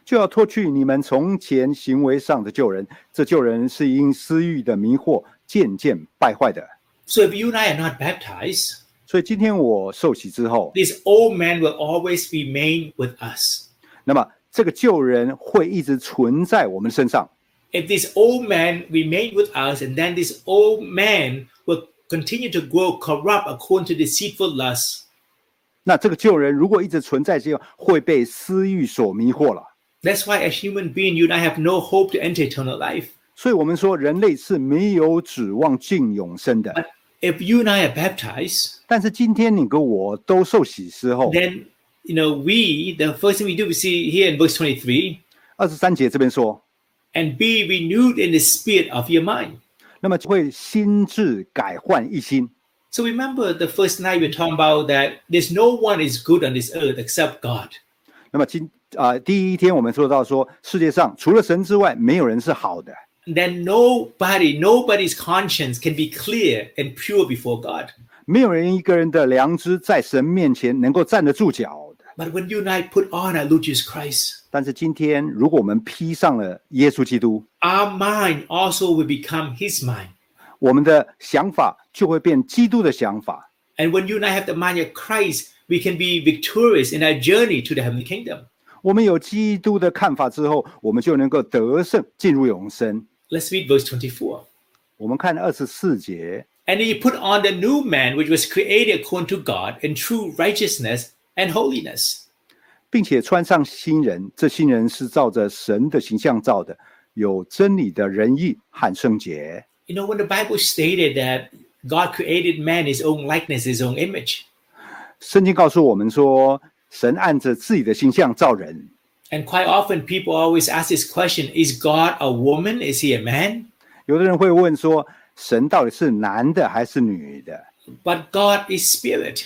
就要脱去你们从前行为上的旧人，这旧人是因私欲的迷惑渐渐败坏的。 so if you and i are not baptized 所以今天我受洗之后， this old man will always remain with us 那么这个旧人会一直存在我们身上。 if this old man remain with us and then this old man will continue to grow corrupt according to deceitful lusts 那这个旧人如果一直存在之后，会被私欲所迷惑了。 that's why as human being you and i have no hope to enter eternal life 所以我们说，人类是没有指望进永生的。 but if you and i are baptized 但是今天你跟我都受洗之后， then you know we the first thing we do we see here in verse 23二十三节这边说， and be renewed in the spirit of your mind 那么就会心智改换一心。 so remember the first night we were talking about that there's no one is good on this earth except god 那么今啊、第一天我们说到说，世界上除了神之外，没有人是好的。 then nobody nobody's conscience can be clear and pure before god 没有人一个人的良知在神面前能够站得住脚的。 but when you and i put on our lord jesus christ 但是今天，如果我们披上了耶稣基督， our mind also will become his mind 我们的想法就会变基督的想法。 and when you and i have the mind of christ we can be victorious in our journey to the heavenly kingdom 我们有基督的看法之后，我们就能够得胜，进入永生。 let's read verse 24我们看二十四节， And he put on the new man, which was created according to God in true righteousness and holiness. 并且穿上新人，这新人是照着神的形象造的，有真理的仁义和圣洁。 You know, when the Bible stated that God created man his own likeness, his own image, 圣经告诉我们说，神按着自己的形象造人， And quite often, people always ask this question Is God a woman? Is he a man? 有的人会问说，神到底是男的还是女的？ But God is spirit.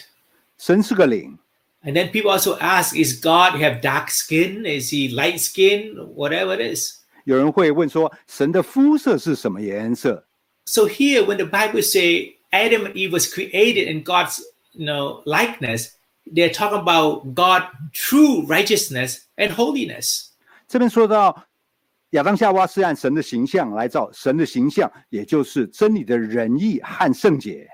神是个灵， And then people also ask Is God have dark skin? Is he light skin? Whatever it is. 有人会问说，神的肤色是什么颜色？ So here, when the Bible say Adam and Eve was created in God's you know, likeness, they're talking about God true righteousness and holiness. 这边说到亚当夏娃是按神的形象来造，神的形象也就是真理的仁义和圣洁。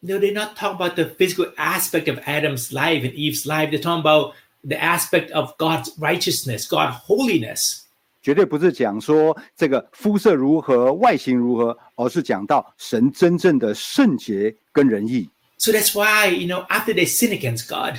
No, they're not talking about the physical aspect of Adam's life and Eve's life. They're talking about the aspect of God's righteousness, God's holiness. 绝对不是讲说这个肤色如何、外形如何，而是讲到神真正的圣洁跟仁义。 So that's why, you know, after they sin against God,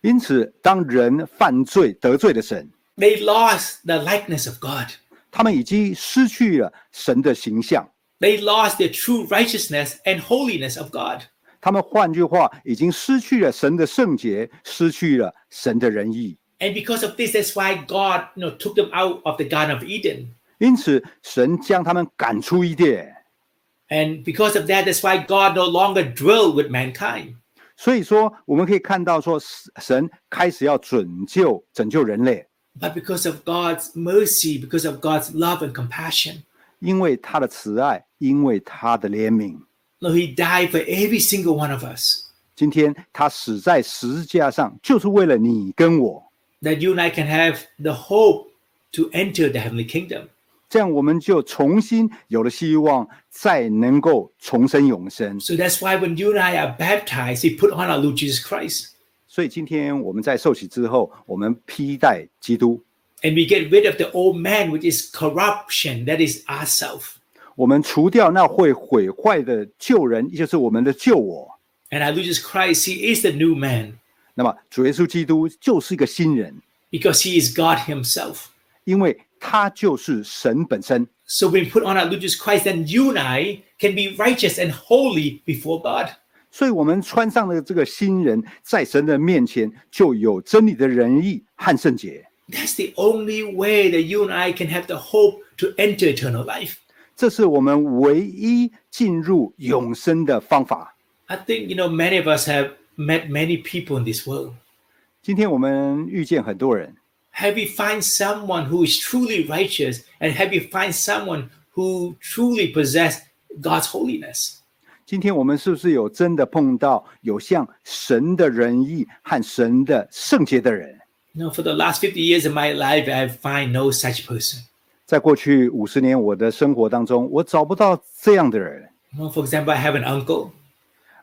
因此，当人犯罪得罪了神， they lost the likeness of God. 他们已经失去了神的形象， They lost the true righteousness and holiness of God. 他们换句话已经失去了神的圣洁，失去了神的仁义。 And because of this, that's why God, you know, took them out of the Garden of Eden. 因此，神将他们赶出伊甸。 And because of that, that's why God no longer dwell with mankind. 所以说，我们可以看到说，神开始要拯救拯救人类， But because of God's mercy, because of God's love and compassion, 因为他的慈爱，因为他的怜悯。 no, He died for every single one of us, 今天他死在十字架上，就是为了你跟我， that you and I can have the hope to enter the heavenly kingdom. 这样我们就重新有了希望，再能够重生永生。 So that's why when you and I are baptized, we put on our Lord Jesus Christ 所以今天我们在受洗之后，我们披戴基督， and we get rid of the old man, which is corruption, that is ourself. 我们除掉那会毁坏的旧人，也就是我们的旧我。 And our Lord Jesus Christ, He is the new man 那么主耶稣基督就是一个新人， because He is God Himself. 因为他就是神本身。 So when we put on our Lord Jesus Christ, then you and I can be righteous and holy before God. 所以，我们穿上了这个新人，在神的面前就有真理的仁义和圣洁。 That's the only way that you and I can have the hope to enter eternal life. 这是我们唯一进入永生的方法。 I think you know many of us have met many people in this world. 今天我们遇见很多人， Have you find someone who is truly righteous and have you find someone who truly possess God's holiness? 今天我们是不是有真的碰到有像神的仁义和神的圣洁的人？ You know, for the last 50 years of my life, I find no such person. 在过去五十年我的生活当中，我找不到这样的人 You know, for example, I have an uncle.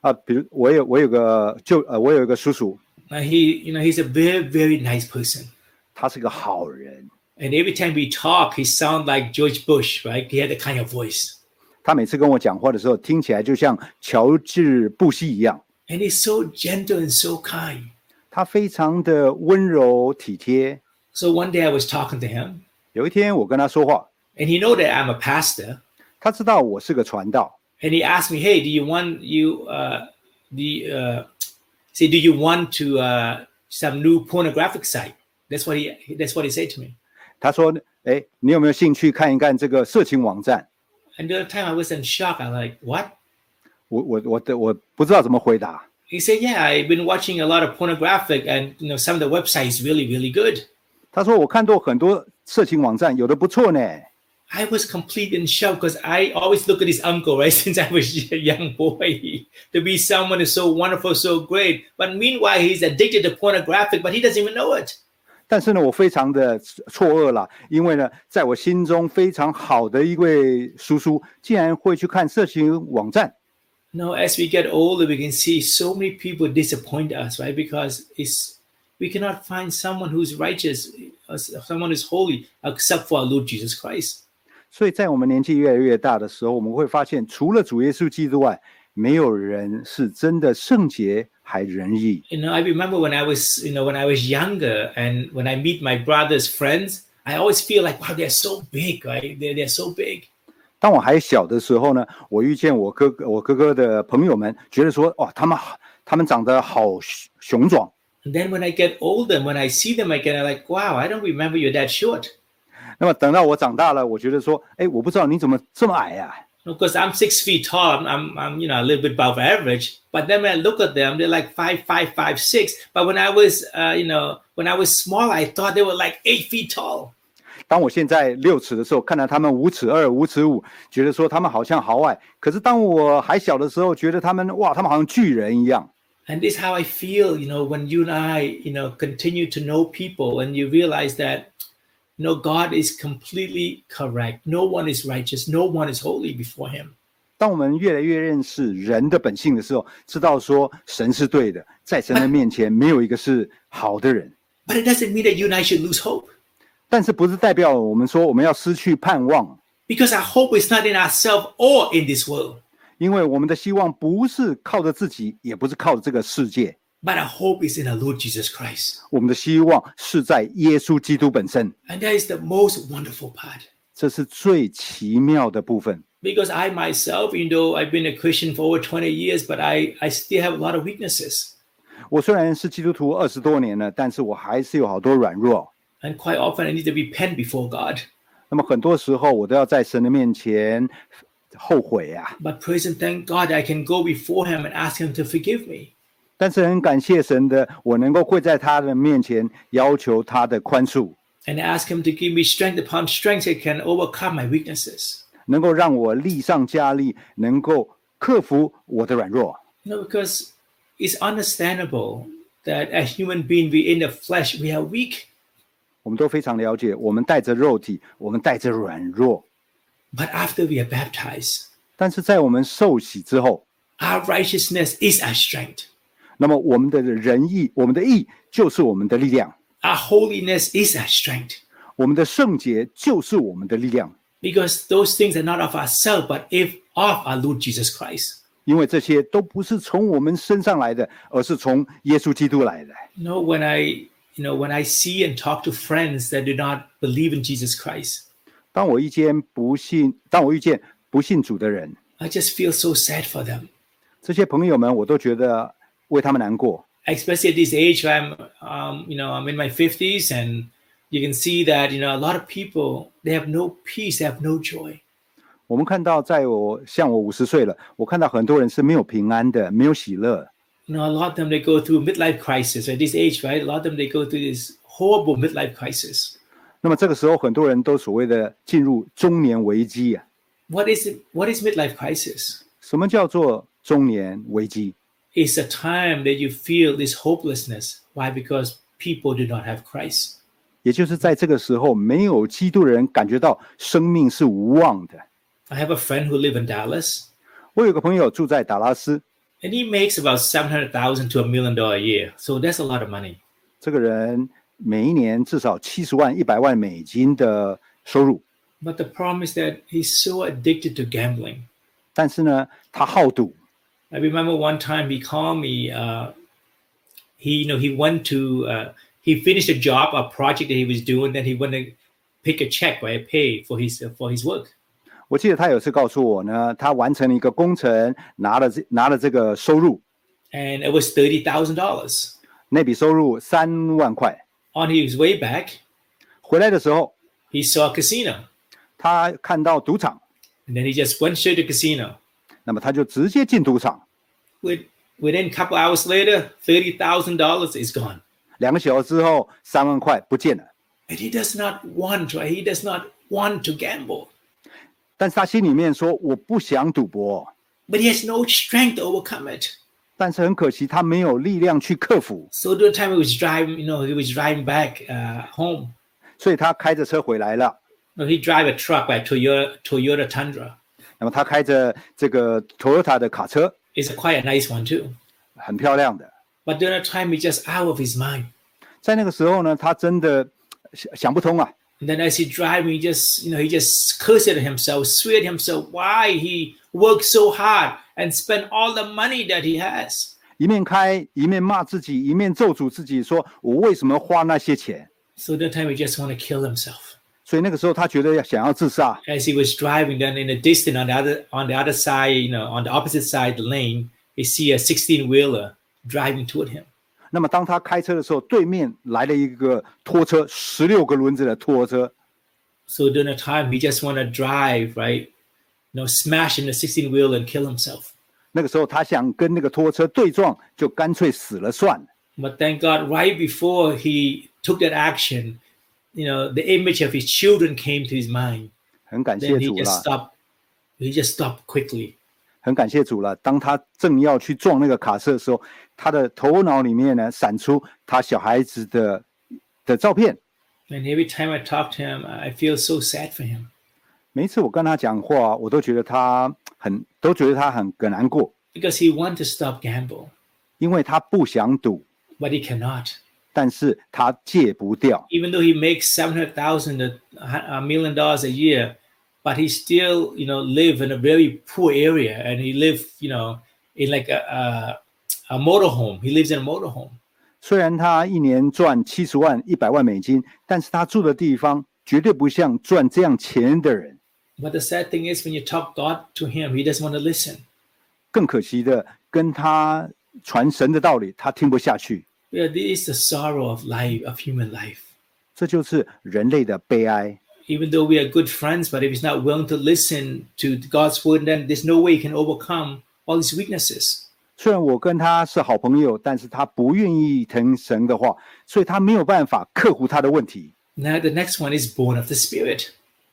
啊。比如我有我有个舅呃，我有一个叔叔， Uh, he, you know, he's a very, very nice person. 他是个好人， And every time we talk, he sound like George Bush, right? He had that kind of voice. 他每次跟我讲话的时候，听起来就像乔治布希一样， And he's so gentle and so kind. 他非常的温柔体贴。 So one day I was talking to him, 有一天我跟他说话， and he know that I'm a pastor, 他知道我是个传道， and he asked me, "Hey, do you want you uh, the uh, say do you want to uh, some new pornographic site?" That's what he that's what he said to me. 他说：“哎，你有没有兴趣看一看这个色情网站？” And the other time I was in shock. I'm like, "What?" 我我我的我不知道怎么回答。 He said, "Yeah, I've been watching a lot of pornographic, and you know some of the websites really really good." 他说我看过很多色情网站，有的不错呢。 I was complete in shock because I always look at his uncle, right? Since I was a young boy, to be someone is so wonderful, so great. But meanwhile, he's addicted to pornographic, but he doesn't even know it. 但是呢，我非常的错愕啦，因为呢，在我心中非常好的一位叔叔，竟然会去看色情网站。 No, as we get older, we can see so many people disappoint us, right? Because it's we cannot find someone who's righteous, uh, someone who's holy, except for our Lord Jesus Christ. 所以在我们年纪越来越大的时候，我们会发现，除了主耶稣基督外，没有人是真的圣洁还仁义。 You know, I remember when I was, you know, when I was younger, and when I meet my brother's friends, I always feel like, wow, they're so big, right? They're, they're so big. 当我还小的时候呢，我遇见我哥哥我哥哥的朋友们，觉得说，哦，他们好，他们长得好雄雄壮， And then when I get older, when I see them again, I'm like, wow, I don't remember you're that short. 那么等到我长大了，我觉得说，哎，我不知道你怎么这么矮啊呀、 Of course, I'm six feet tall. I'm, I'm, I'm, you know, a little bit above average. But then when I look at them, they're like five, five, five, six. But when I was, uh, you know, when I was small, I thought they were like eight feet tall. 当我现在六尺的时候，看到他们五尺二、五尺五，觉得说他们好像好矮。可是当我还小的时候，觉得他们哇，他们好像巨人一样。 And this is how I feel, you know, when you and I, you know, continue to know people and you realize that, you know, God is completely correct. No one is righteous. No one is holy before him. 当我们越来越认识人的本性的时候，知道说神是对的，在神的面前没有一个是好的人。 But it doesn't mean that you and I should lose hope 但是不是代表我们说我们要失去盼望？ because our hope is not in ourselves or in this world, 因为我们的希望不是靠着自己，也不是靠着这个世界， but our hope is in our Lord Jesus Christ. 我们的希望是在耶稣基督本身。 And that is the most wonderful part. 这是最奇妙的部分。 Because I myself, you know, I've been a Christian for over 20 years, but I, I still have a lot of weaknesses. 我虽然是基督徒二十多年了，但是我还是有好多软弱。 And quite often I need to repent before God. 那么很多时候我都要在神的面前后悔啊。 But praise and thank God I can go before Him and ask Him to forgive me. 但是很感谢神的，我能够跪在他的面前，要求他的宽恕， And ask Him to give me strength upon strength that can overcome my weaknesses. 能够让我力上加力，能够克服我的软弱。 You know, because it's understandable that as human being, we in the flesh, we are weak. 我们都非常了解，我们带着肉体，我们带着软弱， But after we are baptized, 但是在我们受洗之后， our righteousness is our strength. 那么我们的仁义，我们的义就是我们的力量， Our holiness is our strength. 我们的圣洁就是我们的力量。 Because those things are not of ourselves, but if of our Lord Jesus Christ. 因为这些都不是从我们身上来的，而是从耶稣基督来的。 You know, when I you know, when I see and talk to friends that do not believe in Jesus Christ, 当我遇见不信，当我遇见不信主的人， I just feel so sad for them, 这些朋友们，我都觉得为他们难过。 especially at this age where I'm, um, you know, I'm in my fifties, and you can see that you know a lot of people they have no peace, they have no joy. 我们看到，在我像我五十岁了，我看到很多人是没有平安的，没有喜乐。 You know, a lot of them they go through midlife crisis at this age, right? A lot of them they go through this horrible midlife crisis. 那么这个时候，很多人都所谓的进入中年危机啊。 What is it? What is midlife crisis? 什么叫做中年危机？ It's a time that you feel this hopelessness. Why? Because people do not have Christ. 也就是在这个时候，没有基督的人感觉到生命是无望的。 I have a friend who live in Dallas, 我有个朋友住在达拉斯， and he makes about seven hundred thousand to a million dollar a year. So that's a lot of money. 这个人每一年至少七十万、一百万美金的收入， But the problem is that he's so addicted to gambling. 但是呢，他好赌。 I remember one time he called me. Uh, he, you know, he went to uh, he finished a job, a project that he was doing. Then he went to pick a check, right, pay for his for his work. 我记得他有次告诉我呢，他完成了一个工程，拿了这拿了这个收入， And it was thirty thousand dollars. 那笔收入三万块。 On his way back, 回来的时候， he saw a casino, 他看到赌场， and then he just went straight to casino. 那么他就直接进赌场。 With, within a couple hours later, thirty thousand dollars is gone, 两个小时之后，三万块不见了。 and he does not want. Right? He does not want to gamble, 但是他心里面说：“我不想赌博。 but he has no strength to overcome it. ”但是很可惜，他没有力量去克服， So the time he was driving, you know, he was driving back uh, home. 所以他开着车回来了。 No, he drive a truck like Toyota Toyota Tundra. 那么他开着这个 Toyota 的卡车， It's quite a nice one too. 很漂亮的。 But during that time, he's just out of his mind. 在那个时候呢，他真的想想不通啊。 And then as he driving, he just you know he just cursed at himself, swear at himself why he worked so hard and spent all the money that he has. 一面开一面骂自己，一面咒诅自己，说我为什么花那些钱？ So that time he just want to kill himself. 所以那个时候他觉得要想要自杀。 As he was driving, then in the distance on the other on the other side, you know, on the opposite side of the lane, he see a sixteen wheeler driving toward him. 那那么当他开车的时候，对面来了一个拖车，十六个轮子的拖车。 So during the time, he just want to drive, right? You know, smash in the 16 wheel and kill himself. 那个时候他想跟那个拖车对撞，就干脆死了算了。 But thank God, right before he took that action, you know, the image of his children came to his mind. 很感谢 Then he 主 just 啦， stopped. He just stopped quickly. 很感谢主了。当他正要去撞那个卡车的时候，他的头脑里面呢闪出他小孩子的的照片。 And every time I talk to him, I feel so sad for him. 每一次我跟他讲话，我都觉得他很，都觉得他很很难过， because he want to stop gamble, 因为他不想赌， but he cannot. 但是他戒不掉。 Even though he makes seven hundred thousand to uh, a million dollars a year, but he still, you know, live in a very poor area, and he live, you know, in like a a, a motorhome. He lives in a motorhome. 虽然他一年赚七十万、一百万美金，但是他住的地方绝对不像赚这样钱的人。 But the sad thing is, when you talk God to him, he doesn't want to listen. 更可惜的，跟他传神的道理，他听不下去。 Yeah, this is the sorrow of life, of human life. 这就是人类的悲哀。 Even though we are good friends, but if he's not willing to listen to God's word, then there's no way he can overcome all his weaknesses. 虽然我跟他是好朋友，但是他不愿意听神的话，所以他没有办法克服他的问题。 Now the next one is born of the Spirit.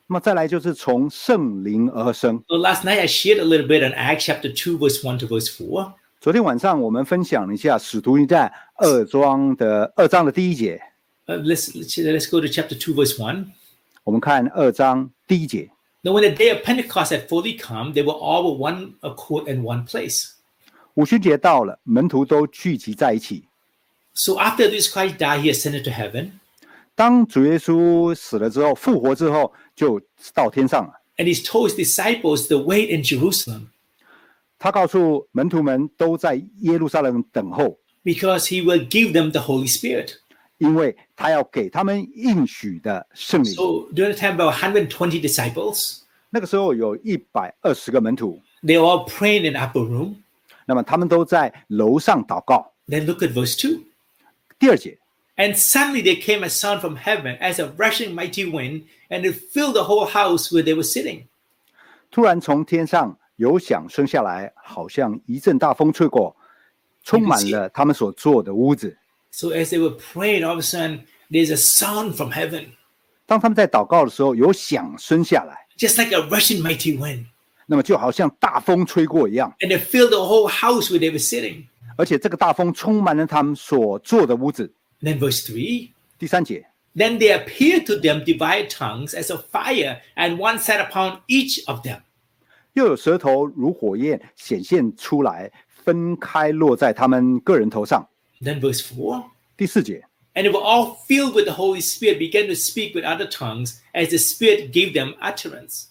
那么再来就是从圣灵而生。 So last night I shared a little bit on Acts chapter 2, verse 1 to verse 4. 昨天晚上我们分享了一下《使徒行传》二章的二章的第一节， Uh, let's, let's let's go to chapter 2, verse 1. 我们看二章第一节。 Now, when the day of Pentecost had fully come, they were all with one accord in one place. 五旬节到了，门徒都聚集在一起。 So after Jesus Christ died, he ascended to heaven, 当主耶稣死了之后，复活之后，就到天上了。 and he's told his disciples to wait in Jerusalem 他告诉门徒们都在耶路撒冷等候， because he will give them the Holy Spirit. 因为他要给他们应许的圣灵。 So during the time, about 120 disciples, 那个时候有一百二十个门徒， they were all praying in upper room. 那么他们都在楼上祷告。 Then look at verse 2. 第二节， And suddenly there came a sound from heaven as a rushing mighty wind, and it filled the whole house where they were sitting. 突然从天上有响声下来，好像一阵大风吹过，充满了他们所坐的屋子。 So as they were praying, all of a sudden there's a sound from heaven, 当他们在祷告的时候，有响声下来， just like a rushing mighty wind, 那么就好像大风吹过一样， and it filled the whole house where they were sitting. 而且这个大风充满了他们所坐的屋子。 And then verse three. 第三节， Then there appeared to them divided tongues as of fire, and one sat upon each of them. 又有舌头如火焰显现出来，分开落在他们个人头上。 Then verse four. 第四节， And they were all filled with the Holy Spirit, began to speak with other tongues as the Spirit gave them utterance.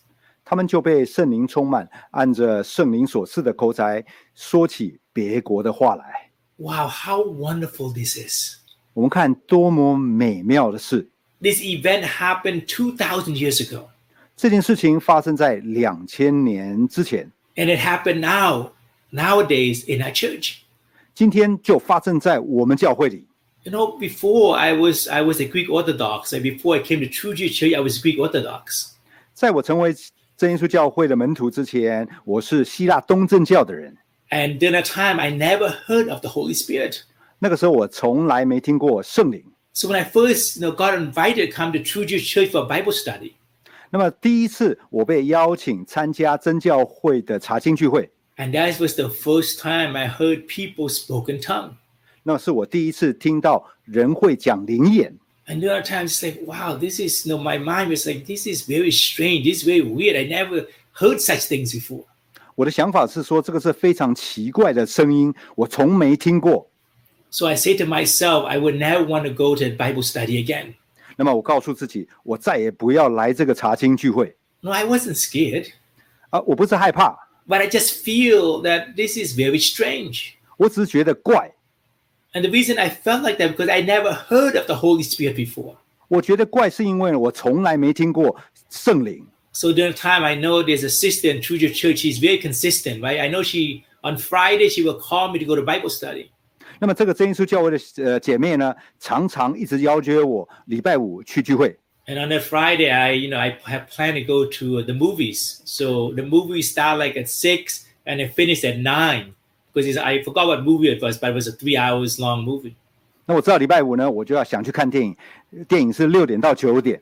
他们就被圣灵充满，按着圣灵所赐的口才说起别国的话来。 Wow, how wonderful this is. 我们看多么美妙的事！ This event happened 2,000 years ago, 这件事情发生在两千年之前， and it happened now, nowadays in our church. 今天就发生在我们教会里。 You know, before I was I was a Greek Orthodox, and before I came to True Jewish Church, I was Greek Orthodox. 在我成为真耶稣教会的门徒之前，我是希腊东正教的人。 And during that time, I never heard of the Holy Spirit. 那个时候我从来没听过圣灵。 So when I first, you know, got invited to come to True Jewish Church for Bible study, 那么第一次我被邀请参加真教会的查经聚会， and that was the first time I heard people spoke in tongue. 那是我第一次听到人会讲灵言。 And there are times it's like, wow, this is, you know, my mind was like, this is very strange. This is very weird. I never heard such things before. 我的想法是说，这个是非常奇怪的声音，我从没听过。 So I say to myself, I would never want to go to Bible study again. 那么我告诉自己，我再也不要来这个查经聚会 No, I wasn't scared, 啊！我不是害怕， but I just feel that this is very strange. 我只是觉得怪。 And the reason I felt like that because I never heard of the Holy Spirit before. 我觉得怪是因为我从来没听过圣灵。 So during the time I know there's a sister in Trujillo Church, she's very consistent, right? I know she on Friday she will call me to go to Bible study. 那么这个真耶稣教会的呃姐妹呢，常常一直邀约我礼拜五去聚会。 And on a Friday, I you know I have planned to go to the movies. So the movie start like at six and it finished at nine because it's, I forgot what movie it was, but it was a three hours long movie. 那我知道礼拜五呢，我就要想去看电影，电影是六点到九点。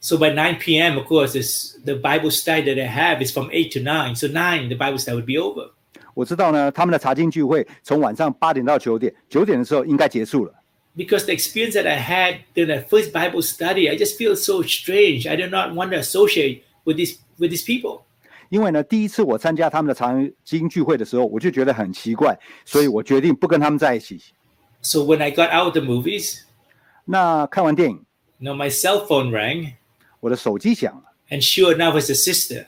So by 9 p.m., of course, this, the Bible study that I have is from 8 to 9. So 9, the Bible study would be over. 我知道呢，他们的查经聚会从晚上八点到九点，九点的时候应该结束了。 Because the experience that I had during that first Bible study, I just feel so strange. I do not want to associate with these with these people. 因为呢，第一次我参加他们的查经聚会的时候，我就觉得很奇怪，所以我决定不跟他们在一起。 So when I got out of the movies, 那看完电影， you know, my cell phone rang, 我的手机响了， and sure enough, it's a sister.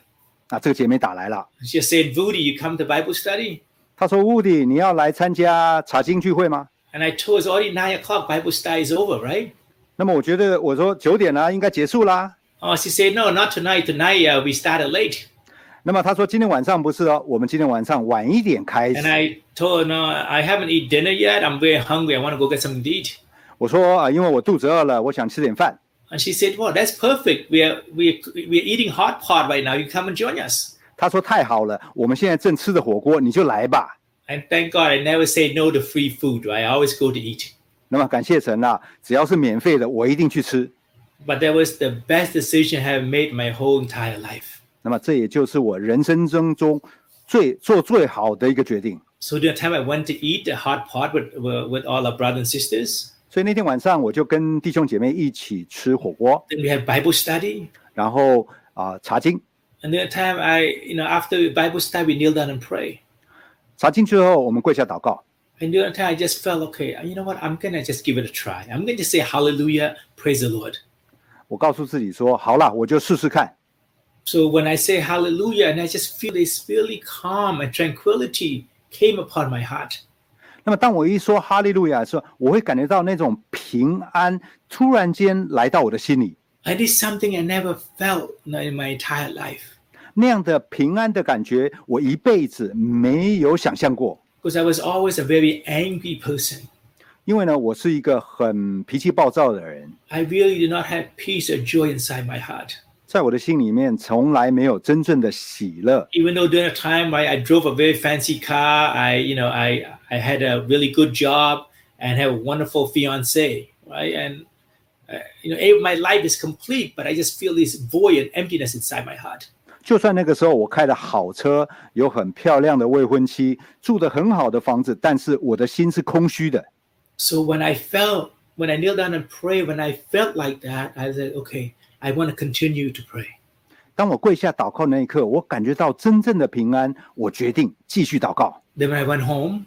啊，这个姐妹打来了， She said, "Voody, you come to Bible study?" 她说：“Woody，你要来参加查经聚会吗 And I told her, "It's already nine o'clock. Bible study is over, right?" ?”那么我觉得我说九点啦、应该结束啦。 Oh, she said, "No, not tonight. Tonight uh, we started late." 那么她说今天晚上不是哦，我们今天晚上晚一点开 And 始。 I told her, no, I haven't eaten dinner yet. I'm very hungry. I want to go get something to eat. 我说啊，因为我肚子饿了，我想吃点饭。 And she said, well, that's perfect. We're we're we're eating hot pot right now. You come and join us. 她说太好了，我们现在正吃着火锅，你就来吧。 And thank God I never say no to free food. Right? I always go to eat. 那么感谢神啊，只要是免费的，我一定去吃。 But that was the best decision I have made my whole entire life. 那么这也就是我人生中中最做最好的一个决定。 So the time I went to eat a hot pot with with with all our brothers and sisters. 所以那天晚上我就跟弟兄姐妹一起吃火锅， Then we had Bible study. 然后啊、查经， And then the time I, you know, after Bible study, we kneel down and pray. 查经之后我们跪下祷告。 And during that time, I just felt, okay, you know what? I'm going to just give it a try. I'm going to say hallelujah, praise the Lord. 我告诉自己说，好啦，我就试试看。 So when I say hallelujah, and I just feel this really calm and tranquility came upon my heart. 那么当我一说哈利路亚的时候，我会感觉到那种平安突然间来到我的心里， I did something I never felt you know, in my entire life 那样的平安的感觉，我一辈子没有想象过。 because I was always a very angry person. 因为呢，我是一个很脾气暴躁的人， I really did not have peace or joy inside my heart. 在我的心里面从来没有真正的喜乐。 Even though during the time I, I drove a very fancy car, I, you know, I, I had a really good job and had a wonderful fiance, right? And, uh, you know, eh, my life is complete, but I just feel this void and emptiness inside my heart. 就算那个时候我开了好车，有很漂亮的未婚妻，住得很好的房子，但是我的心是空虚的。 So when I felt, when I kneel down and pray, when I felt like that, I said, okay, I want to continue to pray. 当我跪下祷告那一刻，我感觉到真正的平安。我决定继续祷告。 Then when I went home,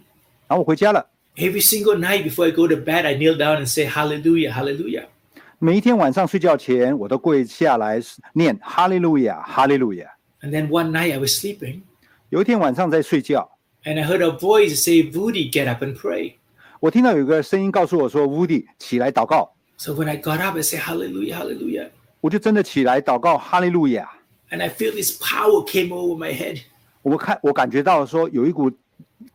然后我回家了， every single night before I go to bed, I kneel down and say, hallelujah, hallelujah. 每一天晚上睡觉前，我都跪下来念哈利路亚，哈利路亚。 And then one night I was sleeping 有一天晚上在睡觉， and I heard a voice say, Voody, get up and pray. 我听到有个声音告诉我说：“Woody，起来祷告。 So when I got up, I said, hallelujah, hallelujah. ”我就真的起来祷告哈利路亚。 And I feel this power came over my head 我看我感觉到说有一股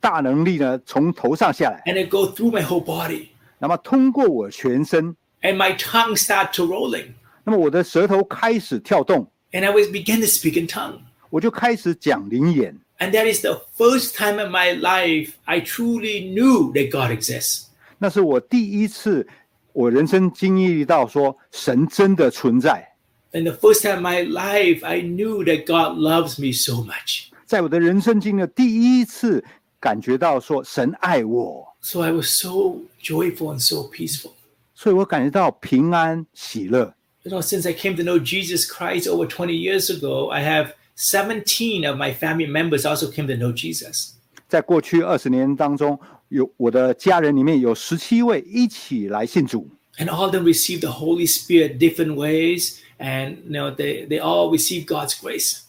大能力呢从头上下来， and it go through my whole body. 那么通过我全身， And my tongue started to rolling. 那么我的舌头开始跳动， And I was began to speak in tongue. 我就开始讲灵言。 And that is the first time in my life I truly knew that God exists. 那是我第一次，我人生经历到说神真的存在， And the first time in my life I knew that God loves me so much. 在我的人生经历的第一次感觉到说神爱我， So I was so joyful and so peaceful. 所以我感觉到平安喜乐。 You know, since I came to know Jesus Christ over 20 years ago, I have 17 of my family members also came to know Jesus. 在过去二十年当中，有我的家人里面有十七位一起来信主， And all of them received the Holy Spirit different ways. And you know, they, they all received God's grace.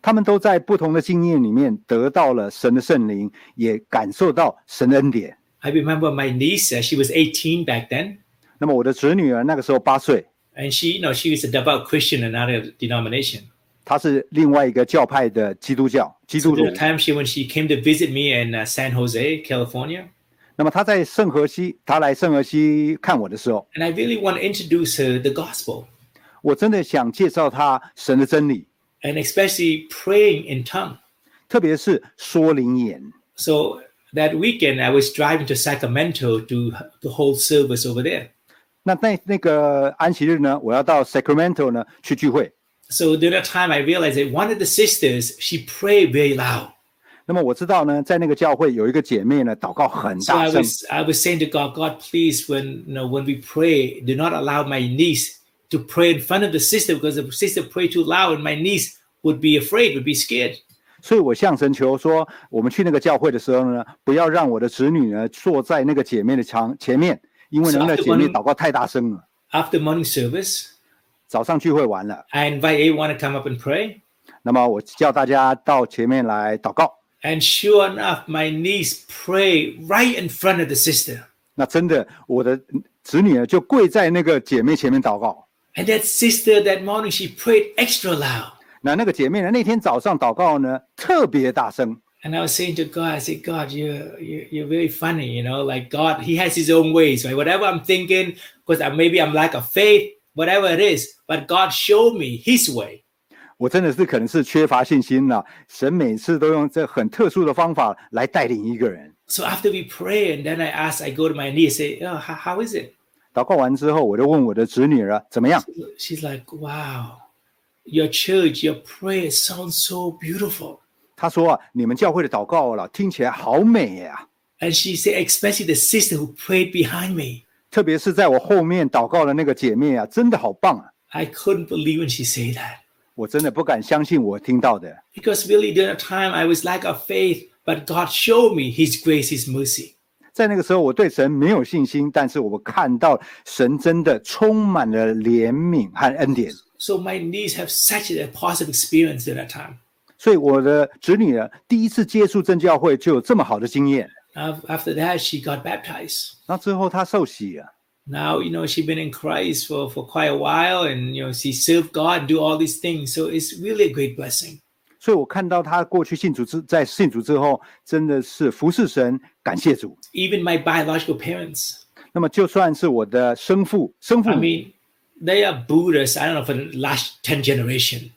他们都在不同的经验里面得到了神的圣灵，也感受到神的恩典。 I remember my niece, uh, she was 18 back then. 那么我的侄女儿那个时候八岁， and she you know she was a devout christian in another denomination 她是另外一个教派的基督教基督 so 徒 the。time she when she came to visit me in uh, san jose california 那那么他在圣荷西，他来圣荷西看我的时候， And I really want to introduce her the gospel 我真的想介绍他神的真理， and especially praying in tongue. 特别是说灵言。 So that weekend, I was driving to Sacramento to, to hold service over there. 那那那个安息日呢，我要到 Sacramento 呢去聚会。 So during that time, I realized that one of the sisters, she prayed very loud. 那么我知道呢，在那个教会有一个姐妹呢，祷告很 So 大 I 声。 was, I was saying to God, God, please, when you know, when we pray, do not allow my niece to pray in front of the sister because the sister prayed too loud and my niece would be afraid, would be scared. 所以我向神求说，我们去那个教会的时候呢，不要让我的子女呢坐在那个姐妹的墙前面，因为呢是啊那姐妹我们祷告太大声了。 After morning service, 早上聚会完了， I invite everyone to come up and pray. 那么我叫大家到前面来祷告。 And sure enough, my niece prayed right in front of the sister. 那真的，我的子女呢就跪在那个姐妹前面祷告。 And that sister that morning, she prayed extra loud. 那那个姐妹呢，那天早上祷告呢特别大声。 And I was saying to God, I said, God, you're, you're, you're very funny, you know, like God, He has His own ways, right? Whatever I'm thinking, because I, maybe I'm lack of faith, whatever it is, but God showed me His way. 我真的是可能是缺乏信心了。神每次都用这很特殊的方法来带领一个人。 So after we pray, and then I ask, I go to my knee, I say, oh, how, how is it? 祷告完之后，我就问我的子女了，怎么样？ She's like, wow, your church, your prayer sounds so beautiful. 他说啊，你们教会的祷告了，听起来好美啊呀、 And she said, especially the sister who prayed behind me. 特别是在我后面祷告的那个姐妹啊，真的好棒啊！ I couldn't believe when she said that. 我真的不敢相信我听到的。 Because really during that time I was lack of faith, but God showed me his grace, his mercy. 在那个时候，我对神没有信心，但是我看到神真的充满了怜悯和恩典， So my niece have such a positive experience during that time. 所以我的子女呢，第一次接触真教会就有这么好的经验。 Af- After that, she got baptized. 那之后她受洗啊了， Now, you know, she's been in Christ for, for quite a while and, you know, she served God and do all these things. So it's really a great blessing. 所以我看到她过去信主之在信主之后，真的是服侍神，感谢主。 Even my biological parents, 那么就算是我的生父、生父 I 母 mean, they are Buddhists, I don't know, for the last 10 generation.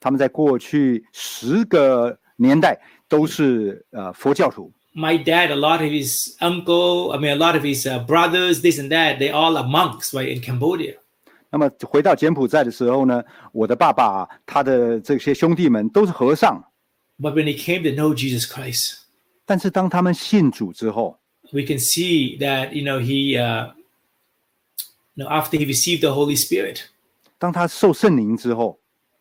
他们在过去十个年代都是呃佛教徒。 my dad, a lot of his uncle, I mean, a lot of his uh, brothers, this and that, they all are monks, right, in Cambodia. 那么回到柬埔寨的时候呢，我的爸爸啊、他的这些兄弟们都是和尚， But when he came to know Jesus Christ, 但是当他们信主之后， we can see that, you know, he, uh, you know, after he received the Holy Spirit, 当他受圣灵之后，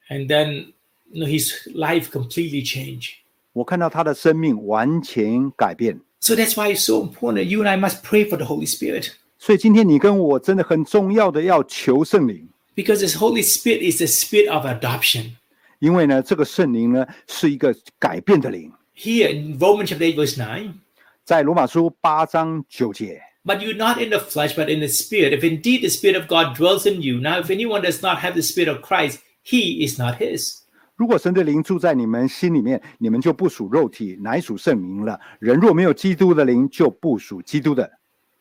and then, you know, his life completely changed. 我看到他的生命完全改变。 So that's why it's so important. that You and I must pray for the Holy Spirit 所以今天你跟我真的很重要的要求圣灵， because this Holy Spirit is the spirit of adoption. 因为呢，这个圣灵呢是一个改变的灵， Here in Romans chapter 8, verse 9, 在罗马书八章九节。 But you're not in the flesh, but in the spirit. If indeed the spirit of God dwells in you. Now, if anyone does not have the spirit of Christ, he is not his. 如果神的灵住在你们心里面，你们就不属肉体，乃属圣灵了。人若没有基督的灵，就不属基督的。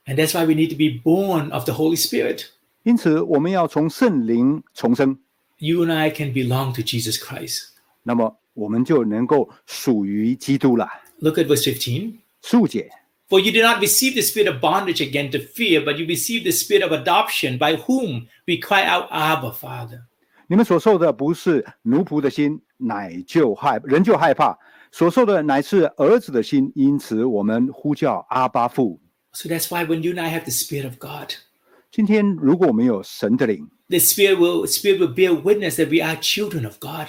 And that's why we need to be born of the Holy Spirit. 因此，我们要从圣灵重生， You and I can belong to Jesus Christ. 那么我们就能够属于基督了。 Look at verse 15. 十五节， For you did not receive the spirit of bondage again to fear, but you received the spirit of adoption, by whom we cry out, Abba, Father. 你们所受的不是奴仆的心，乃就害人就害怕；所受的乃是儿子的心，因此我们呼叫阿巴父。 So that's why when you and I have the spirit of God, 今天，如果我们有神的灵， the spirit will spirit will bear witness that we are children of God.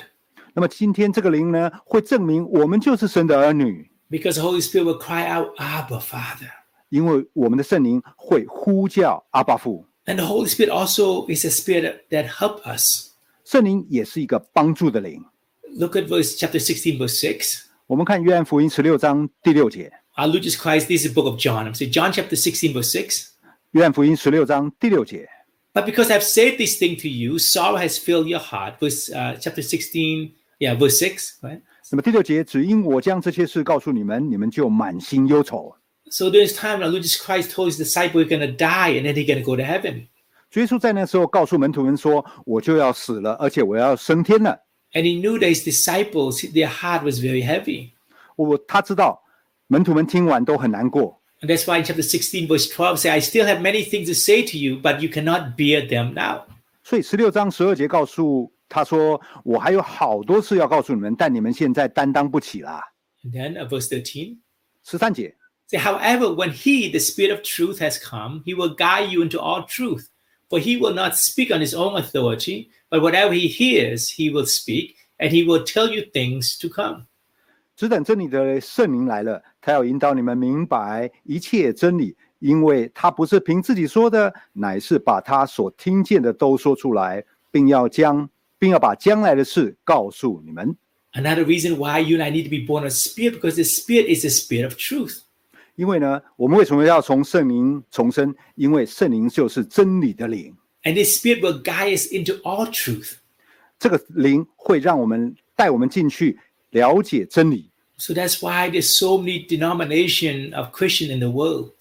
那么今天这个灵呢，会证明我们就是神的儿女。 Because the Holy Spirit will cry out, Abba, Father. 因为我们的圣灵会呼叫阿爸父， And the Holy Spirit also is a spirit that help us. 圣灵也是一个帮助的灵。 Look at verse chapter 16, verse 6. 我们看约翰福音十六章第六节， Our Lord Jesus Christ, this is the book of John. I'm saying John chapter 16, verse 6. 约翰福音十六章第六节。 But because I've said this thing to you, sorrow has filled your heart. Verse uh, chapter 16, yeah, verse 6, right? 那么第六节，只因我将这些事告诉你们，你们就满心忧愁。 So there's time when Jesus Christ told his disciple he's going to die and then he's going to go to heaven. 耶稣在那时候告诉门徒们说：“我就要死了，而且我要升天了。 And he knew that his disciples, their heart was very heavy. ”我他知道，门徒们听完都很难过， And that's why in chapter 16, verse 12 say, I still have many things to say to you, but you cannot bear them now. 所以十六章十二节告诉他说：“我还有好多事要告诉你们，但你们现在担当不起啦。 And then uh, verse 13. ”十三节， Say, however, when he, the Spirit of truth, has come, he will guide you into all truth. For he will not speak on his own authority, but whatever he hears, he will speak, and he will tell you things to come. 只等真理的圣灵来了，他要引导你们明白一切真理，因为他不是凭自己说的，乃是把他所听见的都说出来，并要将，并要把将来的事告诉你们。 Another reason why you and I need to be born of spirit, because the spirit is the spirit of truth. 因为呢，我们为什么要从圣灵重生？因为圣灵就是真理的灵， And this spirit will guide us into all truth. 这个灵会让我们带我们进去了解真理。 So that's why there's so many denomination of Christian in the world.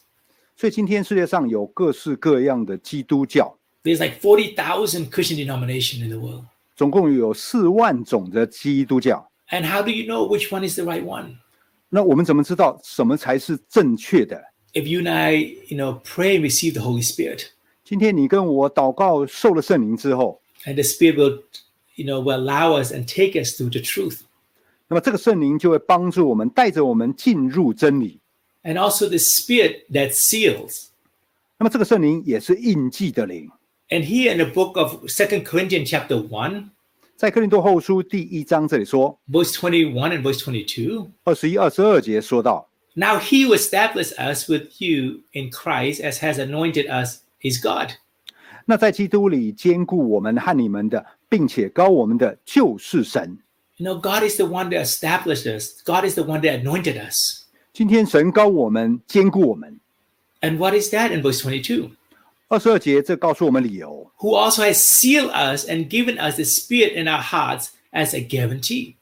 所以今天世界上有各式各样的基督教， There's like 40,000 Christian denomination in the world. 总共有四万种的基督教。 And how do you know which one is the right one? 那我们怎么知道什么才是正确的？ if you and I, you know, pray and receive the Holy Spirit, 今天你跟我祷告受了圣灵之后， and the Spirit will, you know, will allow us and take us through the truth. 那么这个圣灵就会帮助我们，带着我们进入真理。 And also the Spirit that seals. 那么这个圣灵也是印记的灵， And here in the book of Second Corinthians chapter 1, 在哥林多后书第一章这里说， verse 21 and verse 22, 二十一、二十二节说到， now he who established us with you in Christ as has anointed us is God. 那在基督里兼顾我们和你们的，并且高我们的就是神。 You know, God is the one that established us. God is the one that anointed us. 今天神高我们，兼顾我们。 And what is that in verse 22? 二十二节这告诉我们理由， who also has sealed us and given us the Spirit in our hearts as a guarantee.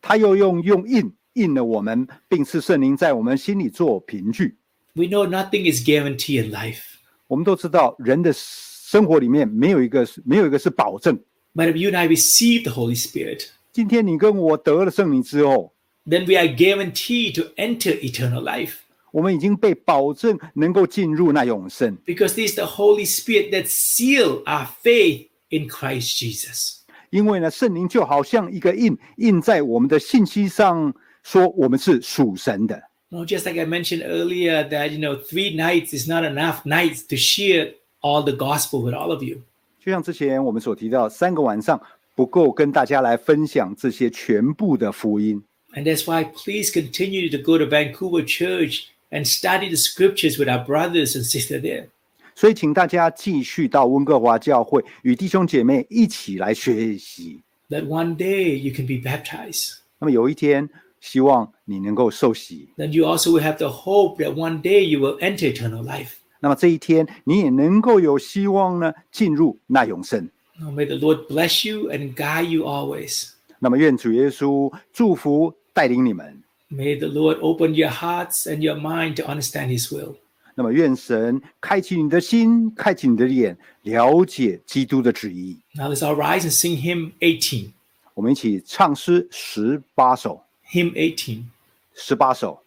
他又用用印印了我们，并赐圣灵在我们心里做凭据。 We know nothing is guaranteed in life, 我们都知道，人的生活里面没有一个是没有一个是保证。 but if you and I receive the Holy Spirit, 今天你跟我得了圣灵之后， then we are guaranteed to enter eternal life 我们已经被保证能够进入那永生， because this is the Holy Spirit that seal our faith in Christ Jesus. 因为呢，圣灵就好像一个印，印在我们的信息上，说我们是属神的。 Now, just like I mentioned earlier, that you know, three nights is not enough nights to share all the gospel with all of you. 就像之前我们所提到，三个晚上不够跟大家来分享这些全部的福音， And that's why please continue to go to Vancouver Church and study the scriptures with our brothers and sisters there. 所以请大家继续到温哥华教会与弟兄姐妹一起来学习。 That one day you can be baptized. 那么有一天，希望你能够受洗。 Then you also will have the hope that one day you will enter eternal life. 那么这一天，你也能够有希望呢进入那永生。 Now may the Lord bless you and guide you always. 那么愿主耶稣祝福带领你们。 May the Lord open your hearts and your mind to understand His will. 那么愿神开启你的心，开启你的眼，了解基督的旨意。 Now let's all rise and sing hymn 18. 我们一起唱诗十八首， Hymn 18. 十八首。